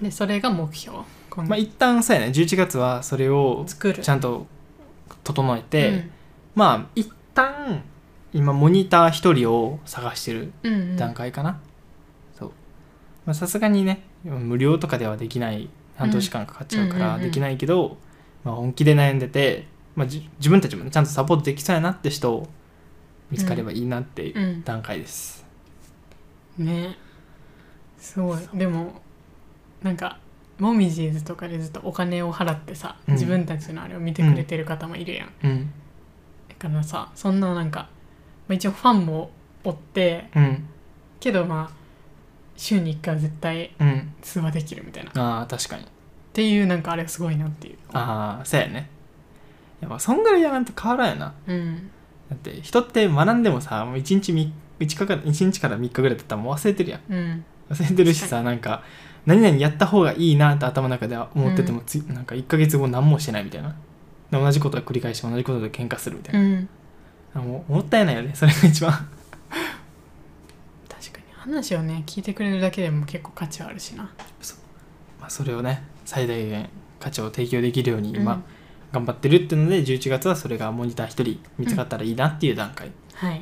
Speaker 2: でそれが目標今
Speaker 1: まあ、一旦そうやね11月はそれを
Speaker 2: 作る
Speaker 1: ちゃんと整えて、
Speaker 2: うん
Speaker 1: まあ一旦今モニター1人を探してる
Speaker 2: うんうん
Speaker 1: 段階かな、そうまあさすがにね無料とかではできない半年間かかっちゃうか
Speaker 2: うんうんう
Speaker 1: ら
Speaker 2: んうん
Speaker 1: できないけど、まあ、本気で悩んでて、まあ、じ自分たちもねちゃんとサポートできそうやなって人を見つかればいいなっていう
Speaker 2: うん
Speaker 1: 段階です、
Speaker 2: ねすごいでもなんかモミジーズとかでずっとお金を払ってさ、
Speaker 1: うん
Speaker 2: 自分たちのあれを見てくれてる方もいるやん、
Speaker 1: うん
Speaker 2: だからさそんななんか、まあ、一応ファンもおって
Speaker 1: うん
Speaker 2: けどまあ週に1回は絶対
Speaker 1: うん
Speaker 2: 通話できるみたいなっ
Speaker 1: ああ確かに
Speaker 2: ていうなんかあれすごいなっていう
Speaker 1: ああそうやねやっぱそんぐらいやらんと変わらんよな
Speaker 2: うん
Speaker 1: だって人って学んでもさもう1日み一日から一日から3日ぐらいだったらもう忘れてるやん
Speaker 2: うん
Speaker 1: 忘れてるしさなんか何々やった方がいいなって頭の中では思ってても、ついなんか1ヶ月後何もしてないみたいなで同じことを繰り返して同じことで喧嘩するみたいうな、
Speaker 2: ん
Speaker 1: あもうもったいないよねそ れが一番
Speaker 2: 確かに話をね聞いてくれるだけでも結構価値はあるしな
Speaker 1: まあそれをね最大限価値を提供できるように今、頑張ってるっていうので11月はそれがモニター1人見つかったらいいなっていう段階、
Speaker 2: うんはい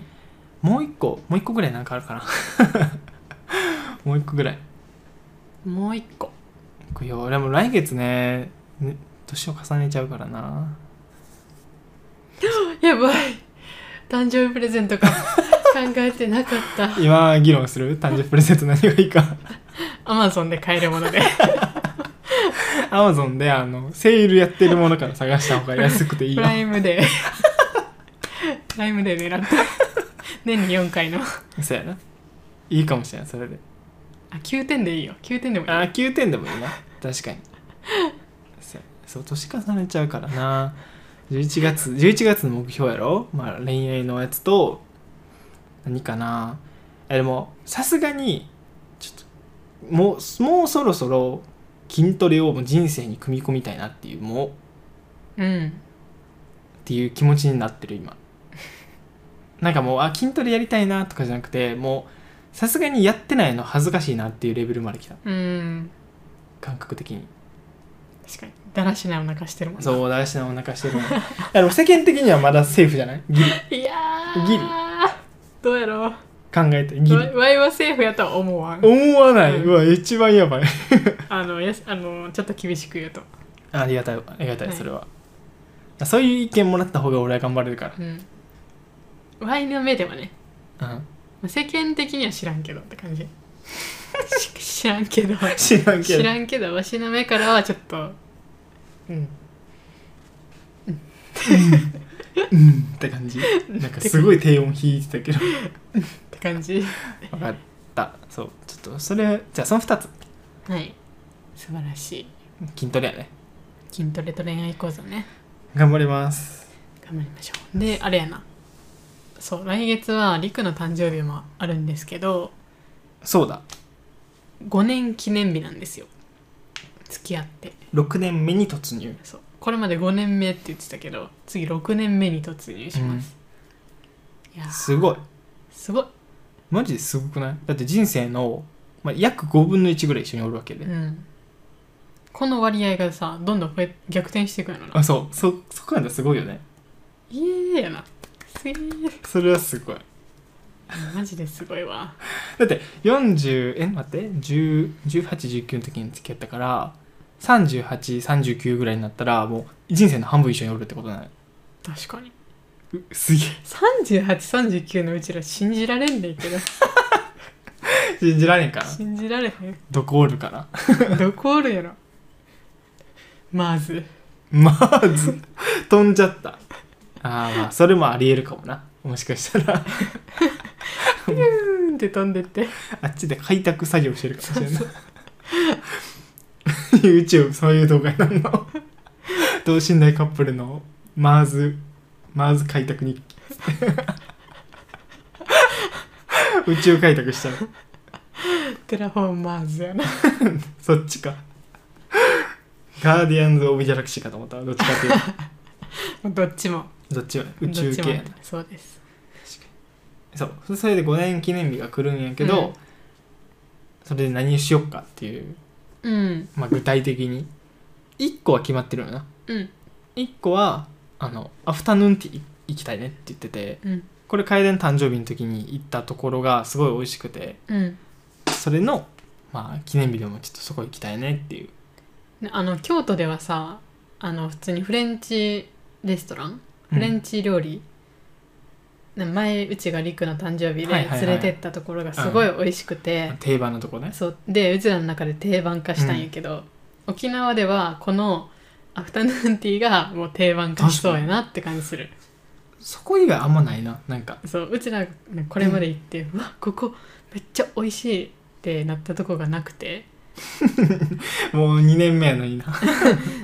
Speaker 1: もう1個もう1個ぐらいなんかあるかな もう1個ぐらい
Speaker 2: もう一個
Speaker 1: いや俺も来月ねね年を重ねちゃうからな
Speaker 2: やばい誕生日プレゼントか考えてなかった
Speaker 1: 今議論する誕生日プレゼント何がいいか
Speaker 2: アマゾンで買えるもので
Speaker 1: アマゾンであのセールやってるものから探した方が安くていい
Speaker 2: プ
Speaker 1: よ
Speaker 2: ライム デープライムデー狙って年に4回のあ
Speaker 1: そうやないいかもしれないそれで
Speaker 2: 9点でいいよ9点でもいい
Speaker 1: あー9点でもいいな確かにそうそう年重ねちゃうからな11月11月の目標やろ、まあ、恋愛のやつと何かなえでもさすがにちょっともうもうそろそろ筋トレをもう人生に組み込みたいなっていうもうっ
Speaker 2: うん
Speaker 1: ていう気持ちになってる今なんかもうあ筋トレやりたいなとかじゃなくてもうさすがにやってないの恥ずかしいなっていうレベルまで来た
Speaker 2: うん
Speaker 1: 感覚的に
Speaker 2: 確かにだらしないお腹してるもんな
Speaker 1: そう、大事なお腹してるの。でも世間的にはまだセーフじゃないギリ。
Speaker 2: いやー
Speaker 1: ギリ
Speaker 2: どうやろう
Speaker 1: 考えて、ギリ。
Speaker 2: ワイはセーフやとは思わん
Speaker 1: 思わない。
Speaker 2: うん
Speaker 1: うわ、一番やばい。
Speaker 2: あのやすあのちょっと厳しく言うと
Speaker 1: ありがたい、ありがたい、
Speaker 2: はい
Speaker 1: それは。そういう意見もらった方が俺は頑張れるか
Speaker 2: うんワイの目ではね
Speaker 1: ら。うん。
Speaker 2: まあ世間的には知らんけどって感 じし知らんけど
Speaker 1: 知らんけ
Speaker 2: 知
Speaker 1: ど。
Speaker 2: らんけどわしの目からはちょっとうん
Speaker 1: うんって感じ。なんかすごい低音弾いて たけど。
Speaker 2: って感じ
Speaker 1: わかった。そう。ちょっと、それ、じゃあその2つ。
Speaker 2: はい素晴らしい
Speaker 1: 筋トレやね。
Speaker 2: 筋トレと恋愛講座ね
Speaker 1: 頑張ります。
Speaker 2: 頑張りましょうであれやなそう来月はりくの誕生日もあるんですけど
Speaker 1: そうだ。
Speaker 2: 5年記念日なんですよ付き合って
Speaker 1: 6年目に突入。
Speaker 2: そうこれまで5年目って言ってたけど次6年目に突入します、いやー
Speaker 1: すごい。
Speaker 2: すごい
Speaker 1: マジですごくないだって人生の、まあ、約5分の1ぐらい一緒におるわけで。
Speaker 2: うんこの割合がさどんどん増え逆転していくんやろな
Speaker 1: あそうそそこなんだすごいよね
Speaker 2: イエーイやなすげえ
Speaker 1: それはすごい
Speaker 2: マジですごいわ
Speaker 1: だって40え待って1819の時に付き合ったから3839ぐらいになったらもう人生の半分一緒におるってことない
Speaker 2: 確かに
Speaker 1: うすげ
Speaker 2: 3839のうちら信じられんねんけど
Speaker 1: え信じられんかな
Speaker 2: 信じられへ
Speaker 1: どこおるかなん
Speaker 2: どこおるやろまず
Speaker 1: まず飛んじゃったあーまあそれもありえるかもなもしかしたら
Speaker 2: うーんって飛んでって
Speaker 1: あっちで開拓作業してるかもしれない YouTube そういう動画になるの等身大カップルのマーズマーズ開拓日記宇宙開拓しちゃう
Speaker 2: テラフォーマーズやな
Speaker 1: そっちかガーディアンズ・オブ・ギャラクシーかと思ったわどっちかっていう
Speaker 2: どっちも
Speaker 1: とどっちも宇宙
Speaker 2: どっ
Speaker 1: 系
Speaker 2: ち
Speaker 1: や
Speaker 2: も
Speaker 1: な
Speaker 2: そうです
Speaker 1: そうそれで5年記念日が来るんやけど、
Speaker 2: うん
Speaker 1: それで何しよっかっていう、
Speaker 2: うん
Speaker 1: まあ、具体的に1個は決まってるよな
Speaker 2: うん
Speaker 1: 1個はあのアフタヌーンティー行きたいねって言ってて
Speaker 2: うん
Speaker 1: これ楓の誕生日の時に行ったところがすごい美味しくて
Speaker 2: うん
Speaker 1: それの、まあ、記念日でもちょっとそこ行きたいねっていう
Speaker 2: ねあの京都ではさあの普通にフレンチレストランフレンチ料理、ね前うちがリクの誕生日で
Speaker 1: はいはいはい
Speaker 2: 連れてったところがすごい美味しくて、
Speaker 1: うん定番のとこね
Speaker 2: そうでうちらの中で定番化したんやけど、沖縄ではこのアフタヌーンティーがもう定番化しそうやなって感じする
Speaker 1: そこ以外あんまないななんか
Speaker 2: そううちらがねこれまで行って、うわここめっちゃ美味しいってなったとこがなくて
Speaker 1: もう2年目やのにな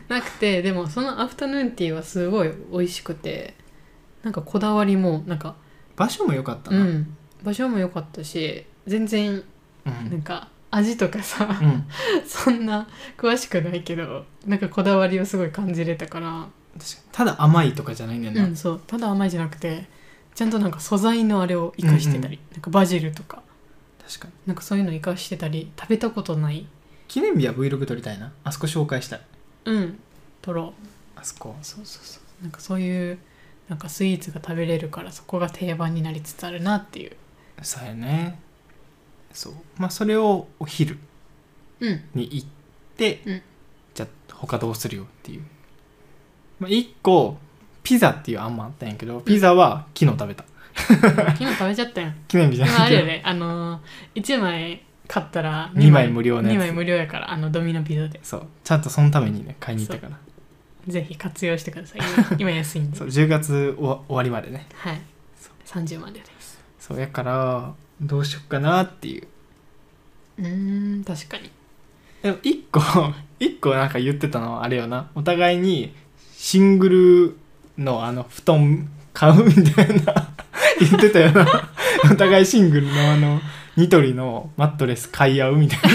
Speaker 2: なくてでもそのアフタヌーンティーはすごい美味しくてなんかこだわりもなんか
Speaker 1: 場所も良かった
Speaker 2: う
Speaker 1: な、
Speaker 2: ん場所も良かったし全然
Speaker 1: う
Speaker 2: なん
Speaker 1: ん
Speaker 2: か味とかさ、
Speaker 1: うん
Speaker 2: そんな詳しくないけどなんかこだわりをすごい感じれたから
Speaker 1: 確かにただ甘いとかじゃないんだよ
Speaker 2: う
Speaker 1: な、
Speaker 2: ん、そうただ甘いじゃなくてちゃんとなんか素材のあれを生かしてたり、なんかバジルとか
Speaker 1: 確かに
Speaker 2: なんかそういうの生かしてたり食べたことない
Speaker 1: 記念日は Vlog 撮りたいなあそこ紹介したい
Speaker 2: うんとろう
Speaker 1: あそこ
Speaker 2: そうそうそうなんかそういうなんかスイーツが食べれるからそこが定番になりつつあるなっていう
Speaker 1: そうやねそうまあそれをお昼
Speaker 2: うん
Speaker 1: に行って、
Speaker 2: うん
Speaker 1: じゃあ他どうするよっていう、まあ、1個ピザっていう案もあったんやけどピザは昨日食べた
Speaker 2: 昨日食べちゃったやん
Speaker 1: 記念日じゃ
Speaker 2: 今
Speaker 1: な
Speaker 2: あ
Speaker 1: いけ
Speaker 2: れよ
Speaker 1: ど
Speaker 2: ねあのー、1枚買ったら
Speaker 1: 二枚無料のやつ
Speaker 2: 2枚無料やからあのドミノピザで
Speaker 1: そうちゃんとそのためにね買いに行ったから
Speaker 2: ぜひ活用してください 今今安いんで
Speaker 1: そう10月おわ終わりまでね
Speaker 2: はい
Speaker 1: そ
Speaker 2: 30までです
Speaker 1: そうやからどうしよっかなっていう
Speaker 2: うーん確かに
Speaker 1: でも1個 一個なんか言ってたのはあれよなお互いにシングルのあの布団買うみたいな 言ってたよなお互いシングルのあのニトリのマットレス買い合うみたいな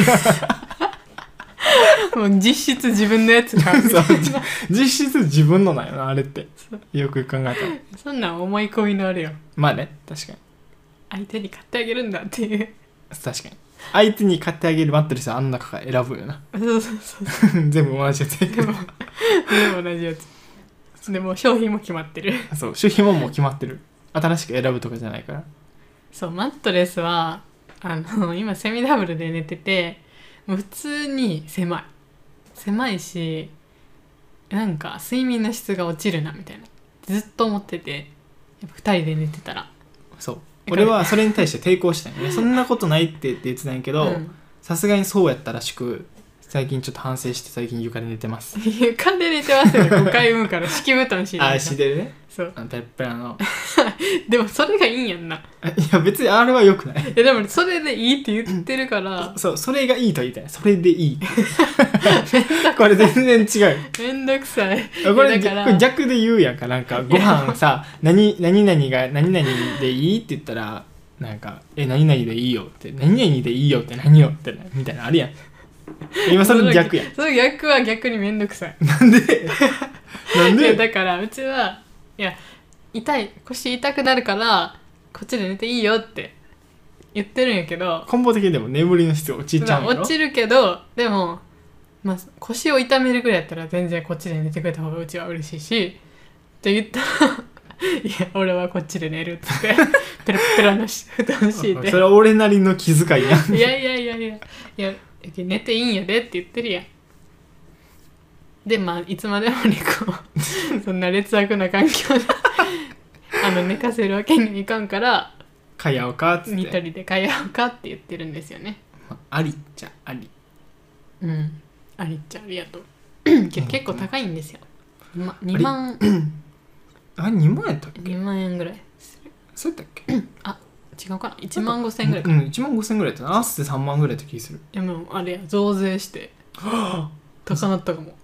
Speaker 2: もう実質自分のやつ 買うみたい
Speaker 1: そ
Speaker 2: な
Speaker 1: 実質自分のなんよなあれって
Speaker 2: そう
Speaker 1: よく考えたら
Speaker 2: そんなん思い込みのあれよ
Speaker 1: まあね確かに
Speaker 2: 相手に買ってあげるんだっていう
Speaker 1: 確かに相手に買ってあげるマットレスはあん中から選ぶよな
Speaker 2: そうそうそう
Speaker 1: 全部同じやつやけ
Speaker 2: で
Speaker 1: ど
Speaker 2: もでも同じやつでも商品も決まってる
Speaker 1: そう主品ももう決まってる新しく選ぶとかじゃないから
Speaker 2: そうマットレスはあの 今セミダブルで寝ててもう普通に狭い狭いしなんか睡眠の質が落ちるなみたいなずっと思っててやっぱ2人で寝てたら
Speaker 1: そう
Speaker 2: え
Speaker 1: 俺はそれに対して抵抗したんよねそんなことないってって言ってたんやけど
Speaker 2: ん、
Speaker 1: さすがにそうやったらしく最近ちょっと反省して最近床で寝てます
Speaker 2: 床で寝てますよ5回産むから敷布団敷いて
Speaker 1: あー
Speaker 2: るじゃん
Speaker 1: しでね
Speaker 2: そう
Speaker 1: あのペラペラの
Speaker 2: でもそれがいいんやんない
Speaker 1: や別にあれはよくない
Speaker 2: えでもそれでいいって言って るから
Speaker 1: そうそれがいいと言いたいそれでいい これ全然違う
Speaker 2: めんどくさい
Speaker 1: こ
Speaker 2: いや
Speaker 1: れ
Speaker 2: だから
Speaker 1: これ逆で言うやんかなんかご飯さ何何々が何々でいいって言ったらなんか「え何々でいいよ」って「何々でいいよ」って何よってなみたいなのあるやん今それの逆やん
Speaker 2: その逆は逆にめんどくさい
Speaker 1: なんで なん
Speaker 2: いや
Speaker 1: で
Speaker 2: だからうちはいや痛い腰痛くなるからこっちで寝ていいよって言ってるんやけど
Speaker 1: 根本的にでも眠りの質が落ちちゃうん
Speaker 2: ま
Speaker 1: や
Speaker 2: あ
Speaker 1: ろ、
Speaker 2: 落ちるけどでも、まあ、腰を痛めるぐらいやったら全然こっちで寝てくれた方がうちは嬉しいしって言ったら 「いや俺はこっちで寝る」っつって ペラペラのし布団敷いて
Speaker 1: それは俺なりの気遣 いやん
Speaker 2: 「いやいやいやいやいや寝ていいんやで」って言ってるやん。でまあいつまでもにこう そんな劣悪な環境で あの寝かせるわけにはいかんから
Speaker 1: 買い合おうかっつっ
Speaker 2: ニト
Speaker 1: て
Speaker 2: リで買い合おうかって言ってるんですよね。
Speaker 1: まあありっちゃあり
Speaker 2: うんありっちゃありがとうけど結構高いんですよ、ま、2万
Speaker 1: あ2万円だっけ
Speaker 2: 2万円ぐらい
Speaker 1: そうやったっけ1
Speaker 2: 違うかな1万5千円ぐらいか
Speaker 1: うん、1万5千ぐらいだったな合わせて3万ぐらいって気する
Speaker 2: いやもうあれや増税して高なったかも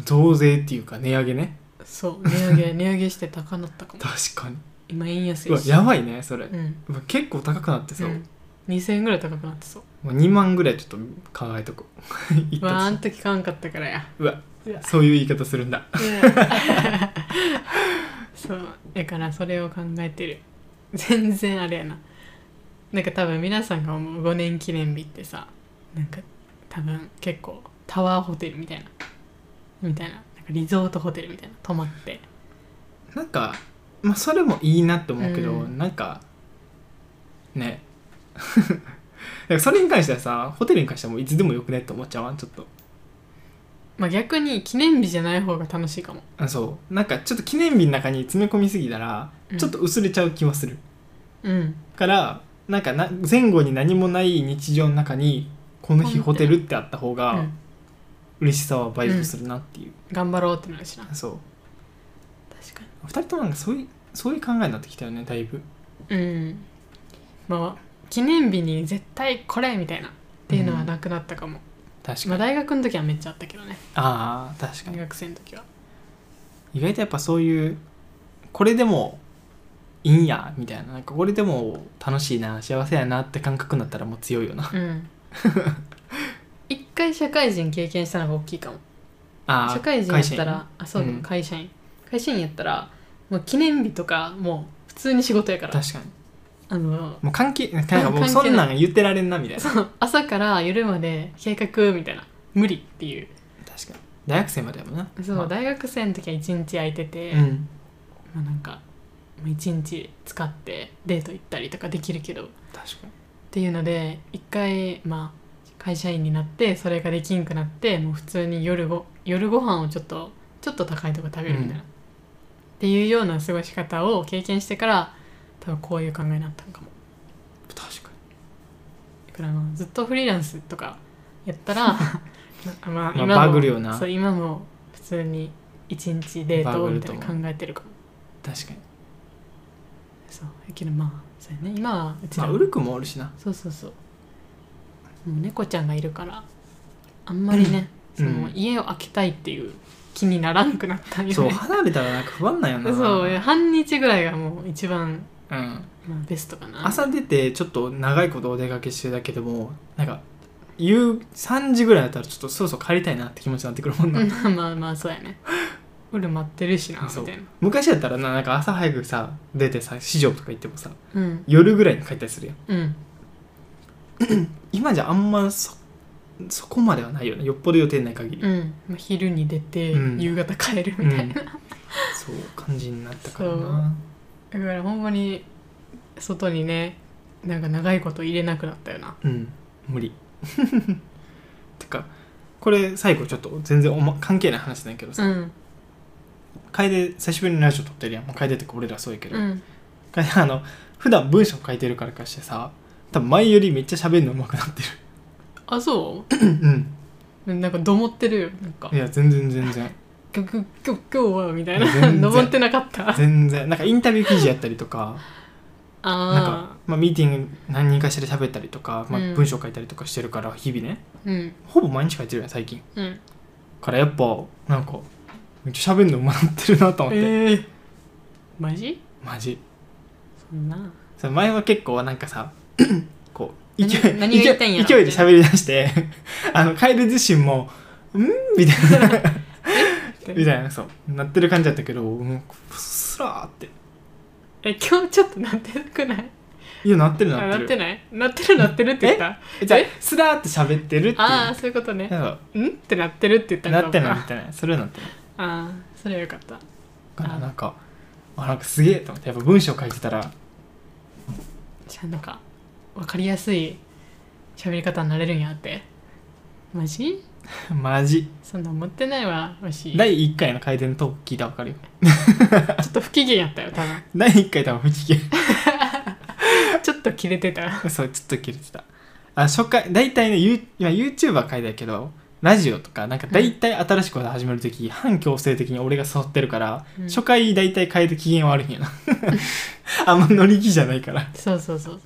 Speaker 1: 増税っていうか値上げね
Speaker 2: そう値上げ値上げして高なったかも
Speaker 1: 確かに
Speaker 2: 今円安
Speaker 1: う
Speaker 2: い
Speaker 1: わ
Speaker 2: し
Speaker 1: やばいねそれ、
Speaker 2: うん、
Speaker 1: うわ結構高くなってそう、
Speaker 2: うん、2000円ぐらい高くなってそう
Speaker 1: もう2万ぐらいちょっと考えとこう 一
Speaker 2: わああん
Speaker 1: 発
Speaker 2: 時買わんかったからや
Speaker 1: うわ
Speaker 2: うわ
Speaker 1: そういう言い方するんだ
Speaker 2: そうだからそれを考えてる全然あれやななんか多分皆さんが思う5年記念日ってさなんか多分結構タワーホテルみたいなみたいななんかリゾートホテルみたいな泊まって
Speaker 1: なんかまあそれもいいなって思うけど、
Speaker 2: うん
Speaker 1: なんかね なんかそれに関してはさホテルに関してはもういつでもよくねって思っちゃうわんちょっと
Speaker 2: まあ逆に記念日じゃない方が楽しいかも
Speaker 1: あそうなんかちょっと記念日の中に詰め込みすぎたら、
Speaker 2: うん
Speaker 1: ちょっと薄れちゃう気はする
Speaker 2: うん
Speaker 1: からなんかな前後に何もない日常の中にこの日ホ
Speaker 2: ホテ
Speaker 1: テ
Speaker 2: ル
Speaker 1: ルってあった方
Speaker 2: う
Speaker 1: が
Speaker 2: ん
Speaker 1: 嬉しさは倍増するなっていう、
Speaker 2: 頑張ろうってなるしな
Speaker 1: そう
Speaker 2: 確か
Speaker 1: 2人ともなんかそういうそういう考えになってきたよねだいぶ
Speaker 2: にうんまあ記念日に絶対これみたいなっていうのはなくなったかも、
Speaker 1: 確
Speaker 2: ま
Speaker 1: か
Speaker 2: あ
Speaker 1: に
Speaker 2: 大学の時はめっちゃあったけどね
Speaker 1: ああ確か
Speaker 2: 大
Speaker 1: に
Speaker 2: 学生の時は
Speaker 1: 意外とやっぱそういうこれでもいいんやみたいななんかこれでも楽しいな幸せやなって感覚になったらもう強いよな
Speaker 2: うん 一回社会人経験したのが大きいかも
Speaker 1: あー
Speaker 2: 社会人やったらあそうだ、
Speaker 1: うん
Speaker 2: 会社員会社員やったらもう記念日とかもう普通に仕事やから
Speaker 1: 確かに
Speaker 2: あの
Speaker 1: もう関係なんかもう
Speaker 2: 関係ない
Speaker 1: そんなん言ってられんなみたいな
Speaker 2: そう朝から夜まで計画みたいな無理っていう
Speaker 1: 確かに大学生までやもんな
Speaker 2: そう、
Speaker 1: まあ
Speaker 2: 大学生の時は一日空いてて、
Speaker 1: う
Speaker 2: ま
Speaker 1: ん
Speaker 2: あなんかまあ一日使ってデート行ったりとかできるけどっ
Speaker 1: 確かに
Speaker 2: ていうので一回まあ会社員になってそれができんくなってもう普通に夜ご夜ご飯をちょっとちょっと高いとこ食べるみたいな、
Speaker 1: うん
Speaker 2: っていうような過ごし方を経験してから多分こういう考えになったのかも
Speaker 1: 確か
Speaker 2: だからあのずっとフリーランスとかやっ たらまあ
Speaker 1: まあ
Speaker 2: 今も
Speaker 1: バグるよな
Speaker 2: そう今も普通に一日デー
Speaker 1: バ
Speaker 2: ト
Speaker 1: グる
Speaker 2: み
Speaker 1: と
Speaker 2: た
Speaker 1: 思
Speaker 2: いうな考えてるかも
Speaker 1: に確かに
Speaker 2: そうやけどまあそうやね今はうち
Speaker 1: ま
Speaker 2: ら
Speaker 1: あウルクもおるしな
Speaker 2: そうそうそうもう猫ちゃんがいるからあんまりね、
Speaker 1: うん
Speaker 2: その
Speaker 1: うん
Speaker 2: 家を開けたいっていう気にならんくなったんよ
Speaker 1: そう
Speaker 2: ね
Speaker 1: 離れたらなんか不安なんよな
Speaker 2: そう半日ぐらいがもう一番、
Speaker 1: うん
Speaker 2: まあ、ベストかな
Speaker 1: 朝出てちょっと長いことお出かけしてるだけでもなんか夕3時ぐらいだったらちょっとそろそろ帰りたいなって気持ちになってくるもんな、
Speaker 2: うん まあまあそうやね夜待ってるしなみ
Speaker 1: そう
Speaker 2: たいな
Speaker 1: 昔やったらななんか朝早くさ出てさ市場とか行ってもさ
Speaker 2: うん
Speaker 1: 夜ぐらいに帰ったりするやん
Speaker 2: うん
Speaker 1: 今じゃあんまそそこまではないよねよっぽど予定ない限り、
Speaker 2: うん、まあ、昼に出て、
Speaker 1: うん
Speaker 2: 夕方帰る
Speaker 1: うん
Speaker 2: みたいな、
Speaker 1: そう感じになったからな
Speaker 2: だからほんまに外にねなんか長いこと入れなくなったよな
Speaker 1: うん無理 てかこれ最後ちょっと全然お、ま、関係ない話なんやけどさ、
Speaker 2: うん
Speaker 1: 楓久しぶりにラジオ撮ってるやん、まあ、楓ってか俺らそうやけど、
Speaker 2: うん
Speaker 1: かあの普段文章書いてるからかしてさ多分前よりめっちゃ喋るの上手くなって
Speaker 2: あそう
Speaker 1: るうん
Speaker 2: なんかどもってるよなんか
Speaker 1: いや全然全然
Speaker 2: 「今日今日今日は」みたい
Speaker 1: いや全
Speaker 2: な
Speaker 1: 然
Speaker 2: 登ってなかったあ
Speaker 1: 全然なんかインタビュー記事やったりとかなんか
Speaker 2: あ、
Speaker 1: まあ、ミーティング何人かしら喋ったりとか、ま
Speaker 2: う
Speaker 1: あ、
Speaker 2: ん
Speaker 1: 文章書いたりとかしてるから日々ね、
Speaker 2: うん
Speaker 1: ほぼ毎日書いてるやん最近
Speaker 2: うん
Speaker 1: からやっぱなんかめっちゃ喋るの上手くなってるなと思って、
Speaker 2: えー、マジ
Speaker 1: マジ
Speaker 2: そんな
Speaker 1: その前は結構なんかさこう
Speaker 2: 何
Speaker 1: 勢い
Speaker 2: 何が言いたいんやろ
Speaker 1: 勢いで喋り出してあのカエル自身も「ん?」みたいな みたいなそうなってる感じだったけどもうスラーって
Speaker 2: え今日ちょっとなってなくない
Speaker 1: いやなってる
Speaker 2: あ
Speaker 1: なって
Speaker 2: な
Speaker 1: る
Speaker 2: ってないなってるなってるって言った
Speaker 1: えじゃあスラーって喋ってるっていう
Speaker 2: ああそういうことね
Speaker 1: なんか
Speaker 2: んってなってるって言ったんか
Speaker 1: なってないみ
Speaker 2: あ
Speaker 1: たいなそれはなってない
Speaker 2: あーそれはよかった
Speaker 1: だから
Speaker 2: あ
Speaker 1: なんかあなんかすげえと思ってやっぱ文章書いてたら
Speaker 2: じゃあなんか分かりやすい喋り方になれるんやってマジ
Speaker 1: マジ
Speaker 2: そんな思ってないわわしちょ
Speaker 1: 第1回の回転トーク聞いたら分かるよ
Speaker 2: っと不機嫌やったよ多分
Speaker 1: 第1回多分不機嫌
Speaker 2: ちょっとキレて た
Speaker 1: そう、ちょっと切れてた。あ、初回、大体ね、ユ今 YouTuber 書いてあるけど、ラジオとか、なんか大体新しく始めるとき、反強制的に俺が誘ってるから、
Speaker 2: うん
Speaker 1: 初回大体変えて機嫌悪いん やな。あんま乗り気じゃないから。
Speaker 2: そうそうそう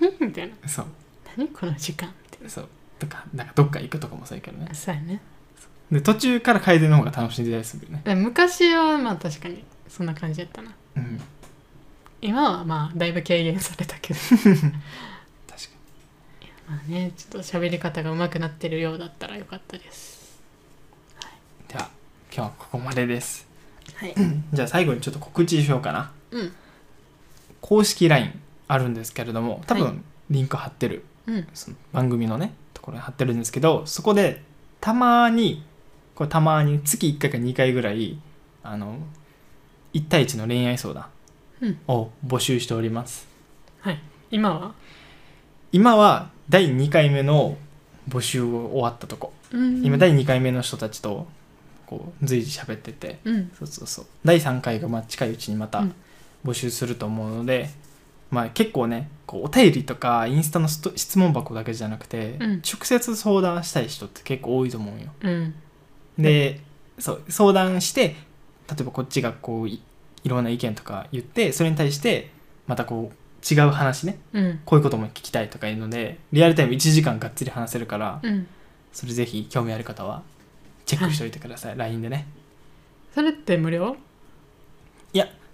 Speaker 2: 何みたいな
Speaker 1: そう、
Speaker 2: 何この時間みたい
Speaker 1: そう。とか、なんかどっか行くとかもそうやけどね
Speaker 2: な。そうやね
Speaker 1: で、途中から楓の方が楽しんでたりするよね。
Speaker 2: で昔はまあ確かにそんな感じやったな
Speaker 1: うん。
Speaker 2: 今はまあだいぶ軽減されたけど
Speaker 1: 確かに。
Speaker 2: まあねちょっと喋り方が上手くなってるようだったらよかったです
Speaker 1: では、今日はここまでです。
Speaker 2: はい
Speaker 1: じゃあ最後にちょっと告知しようかな。
Speaker 2: うん
Speaker 1: 公式 LINE あるんですけれども、多
Speaker 2: は
Speaker 1: 分リンク貼ってる。
Speaker 2: うん
Speaker 1: その番組のねところに貼ってるんですけどそこでたまにこれたまに月1回か2回ぐらいあの1対1の恋愛相談
Speaker 2: うん
Speaker 1: を募集しております、
Speaker 2: はい今は
Speaker 1: 今は第2回目の募集を終わったとこ
Speaker 2: うん
Speaker 1: 今第2回目の人たちとこう随時喋ってて
Speaker 2: うん
Speaker 1: そうそうそう第3回がまあ近いうちにまた
Speaker 2: うん
Speaker 1: 募集すると思うので、まあ、結構ねこうお便りとかインスタのスト質問箱だけじゃなくて、
Speaker 2: うん
Speaker 1: 直接相談したい人って結構多いと思うんよ。
Speaker 2: うん
Speaker 1: で、そう相談して例えばこっちがこういいろんな意見とか言ってそれに対してまたこう違う話ね
Speaker 2: うん
Speaker 1: こういうことも聞きたいとかいうのでリアルタイム1時間がっつり話せるから
Speaker 2: うん
Speaker 1: それぜひ興味ある方はチェックしておいてください LINE でね。
Speaker 2: それって無料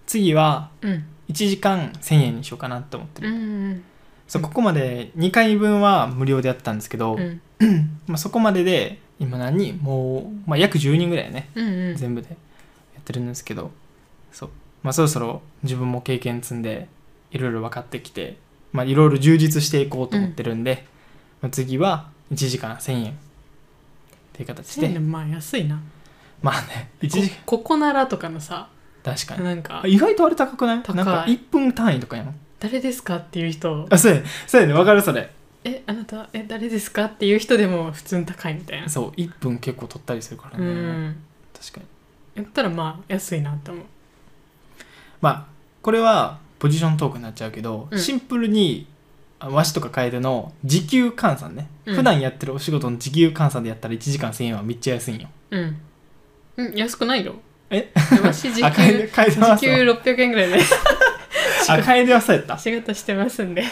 Speaker 1: 次は
Speaker 2: うん
Speaker 1: 1時間1000円にしようかなと思ってる、
Speaker 2: うん
Speaker 1: そうここまで2回分は無料でやったんですけど、
Speaker 2: うん
Speaker 1: まあ、そこまでで今何人もう、まあ、約10人ぐらいね
Speaker 2: うんうん
Speaker 1: 全部でやっってるんですけどそう、まあ、そろそろ自分も経験積んでいろいろ分かってきて、まあ、いろいろ充実していこうと思ってるんで、まあ、次は1時間1000円っていう形
Speaker 2: 1000
Speaker 1: で
Speaker 2: 円まあ安いな
Speaker 1: まあね1時間
Speaker 2: こここならとかのさ
Speaker 1: 確かに
Speaker 2: なんか
Speaker 1: あ意外とあれ高くない
Speaker 2: 高い
Speaker 1: なんか1分単位とかやん
Speaker 2: 誰ですかっていう人
Speaker 1: あそうやそうやね分かるそれ
Speaker 2: えあなたえ誰ですかっていう人でも普通に高いみたいな
Speaker 1: そう1分結構取ったりするから
Speaker 2: う
Speaker 1: ね、
Speaker 2: ん
Speaker 1: 確かに
Speaker 2: やったらまあ安いなって思う
Speaker 1: まあこれはポジショントークになっちゃうけど、
Speaker 2: うん
Speaker 1: シンプルにあ和紙とか楓の時給換算ね、
Speaker 2: うん
Speaker 1: 普段やってるお仕事の時給換算でやったら1時間1000円はめっちゃ安いんよ
Speaker 2: うん、うん、安くないよ
Speaker 1: え
Speaker 2: 私 時
Speaker 1: あ楓
Speaker 2: 給
Speaker 1: 楓はそ
Speaker 2: 時給
Speaker 1: う
Speaker 2: 600円ぐらいで
Speaker 1: あ楓はそうやった
Speaker 2: 仕事してます んで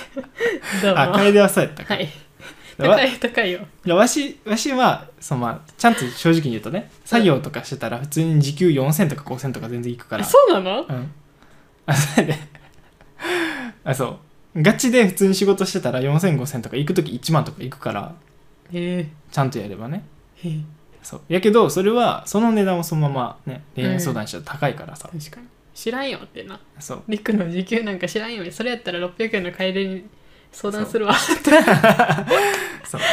Speaker 2: どうも
Speaker 1: あ
Speaker 2: は
Speaker 1: 楓はそうやったか、
Speaker 2: い
Speaker 1: だわ
Speaker 2: 高い高いよ
Speaker 1: いやわしわしはその、まあ、ちゃんと正直に言うとね作業とかしてたら普通に時給4000とか5000とか全然いくから
Speaker 2: あそうなの
Speaker 1: うん。あ、そうやで。あ、そう。ガチで普通に仕事してたら4000、5000とか行くとき1万とか行くから、
Speaker 2: へえ
Speaker 1: ちゃんとやればね。
Speaker 2: へえ
Speaker 1: そう。やけど、それは、その値段をそのままね、恋愛相談したら高いからさ。
Speaker 2: 確かに知らんよってな
Speaker 1: そう。
Speaker 2: りくの時給なんか知らんよそれやったら600円の帰りに相談するわ
Speaker 1: そう。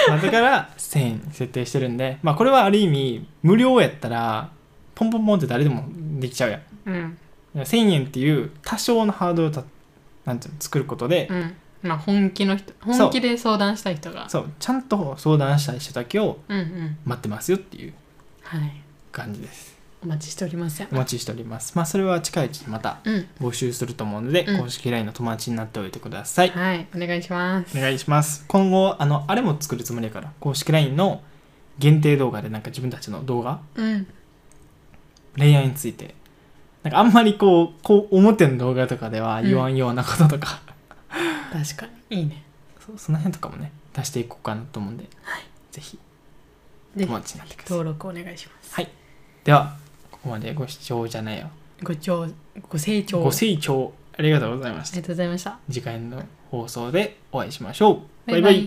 Speaker 1: まあ、だから、1000円設定してるんで、まあ、これはある意味、無料やったら、ポンポンポンって誰でもできちゃうやん。
Speaker 2: うん
Speaker 1: 1000円っていう多少のハードルをた、なんていうの、作ることで、
Speaker 2: うんまあ本気の人
Speaker 1: う
Speaker 2: 本気で相談したい人が
Speaker 1: そう、ちゃんと相談したい人だけを
Speaker 2: うんうん
Speaker 1: 待ってますよっていう
Speaker 2: はい
Speaker 1: 感じです。
Speaker 2: お待ちしておりますよ
Speaker 1: お待ちしております。まあ、それは近いうちにまた
Speaker 2: うん
Speaker 1: 募集すると思うので、
Speaker 2: うん
Speaker 1: 公式 LINE の友達になっておいてください。
Speaker 2: はいお願いします
Speaker 1: お願いします。今後、あの、あれも作るつもりやから、公式 LINE の限定動画で、なんか自分たちの動画、
Speaker 2: うん
Speaker 1: 恋愛について、なんかあんまりこう、こう、表の動画とかでは
Speaker 2: うん
Speaker 1: 言わんようなことと か、
Speaker 2: 確かにいいね
Speaker 1: そうその辺とかもね、出していこうかなと思うんで、ぜひ
Speaker 2: ぜひ
Speaker 1: 友達になってください。
Speaker 2: 登録お願いします
Speaker 1: では、ここまでご視聴じゃないよ。
Speaker 2: ご聴ご清聴
Speaker 1: ご清聴ありがとうございま
Speaker 2: あ
Speaker 1: した。
Speaker 2: りがとうございました
Speaker 1: 次回の放送でお会いしましょう。
Speaker 2: バイバイ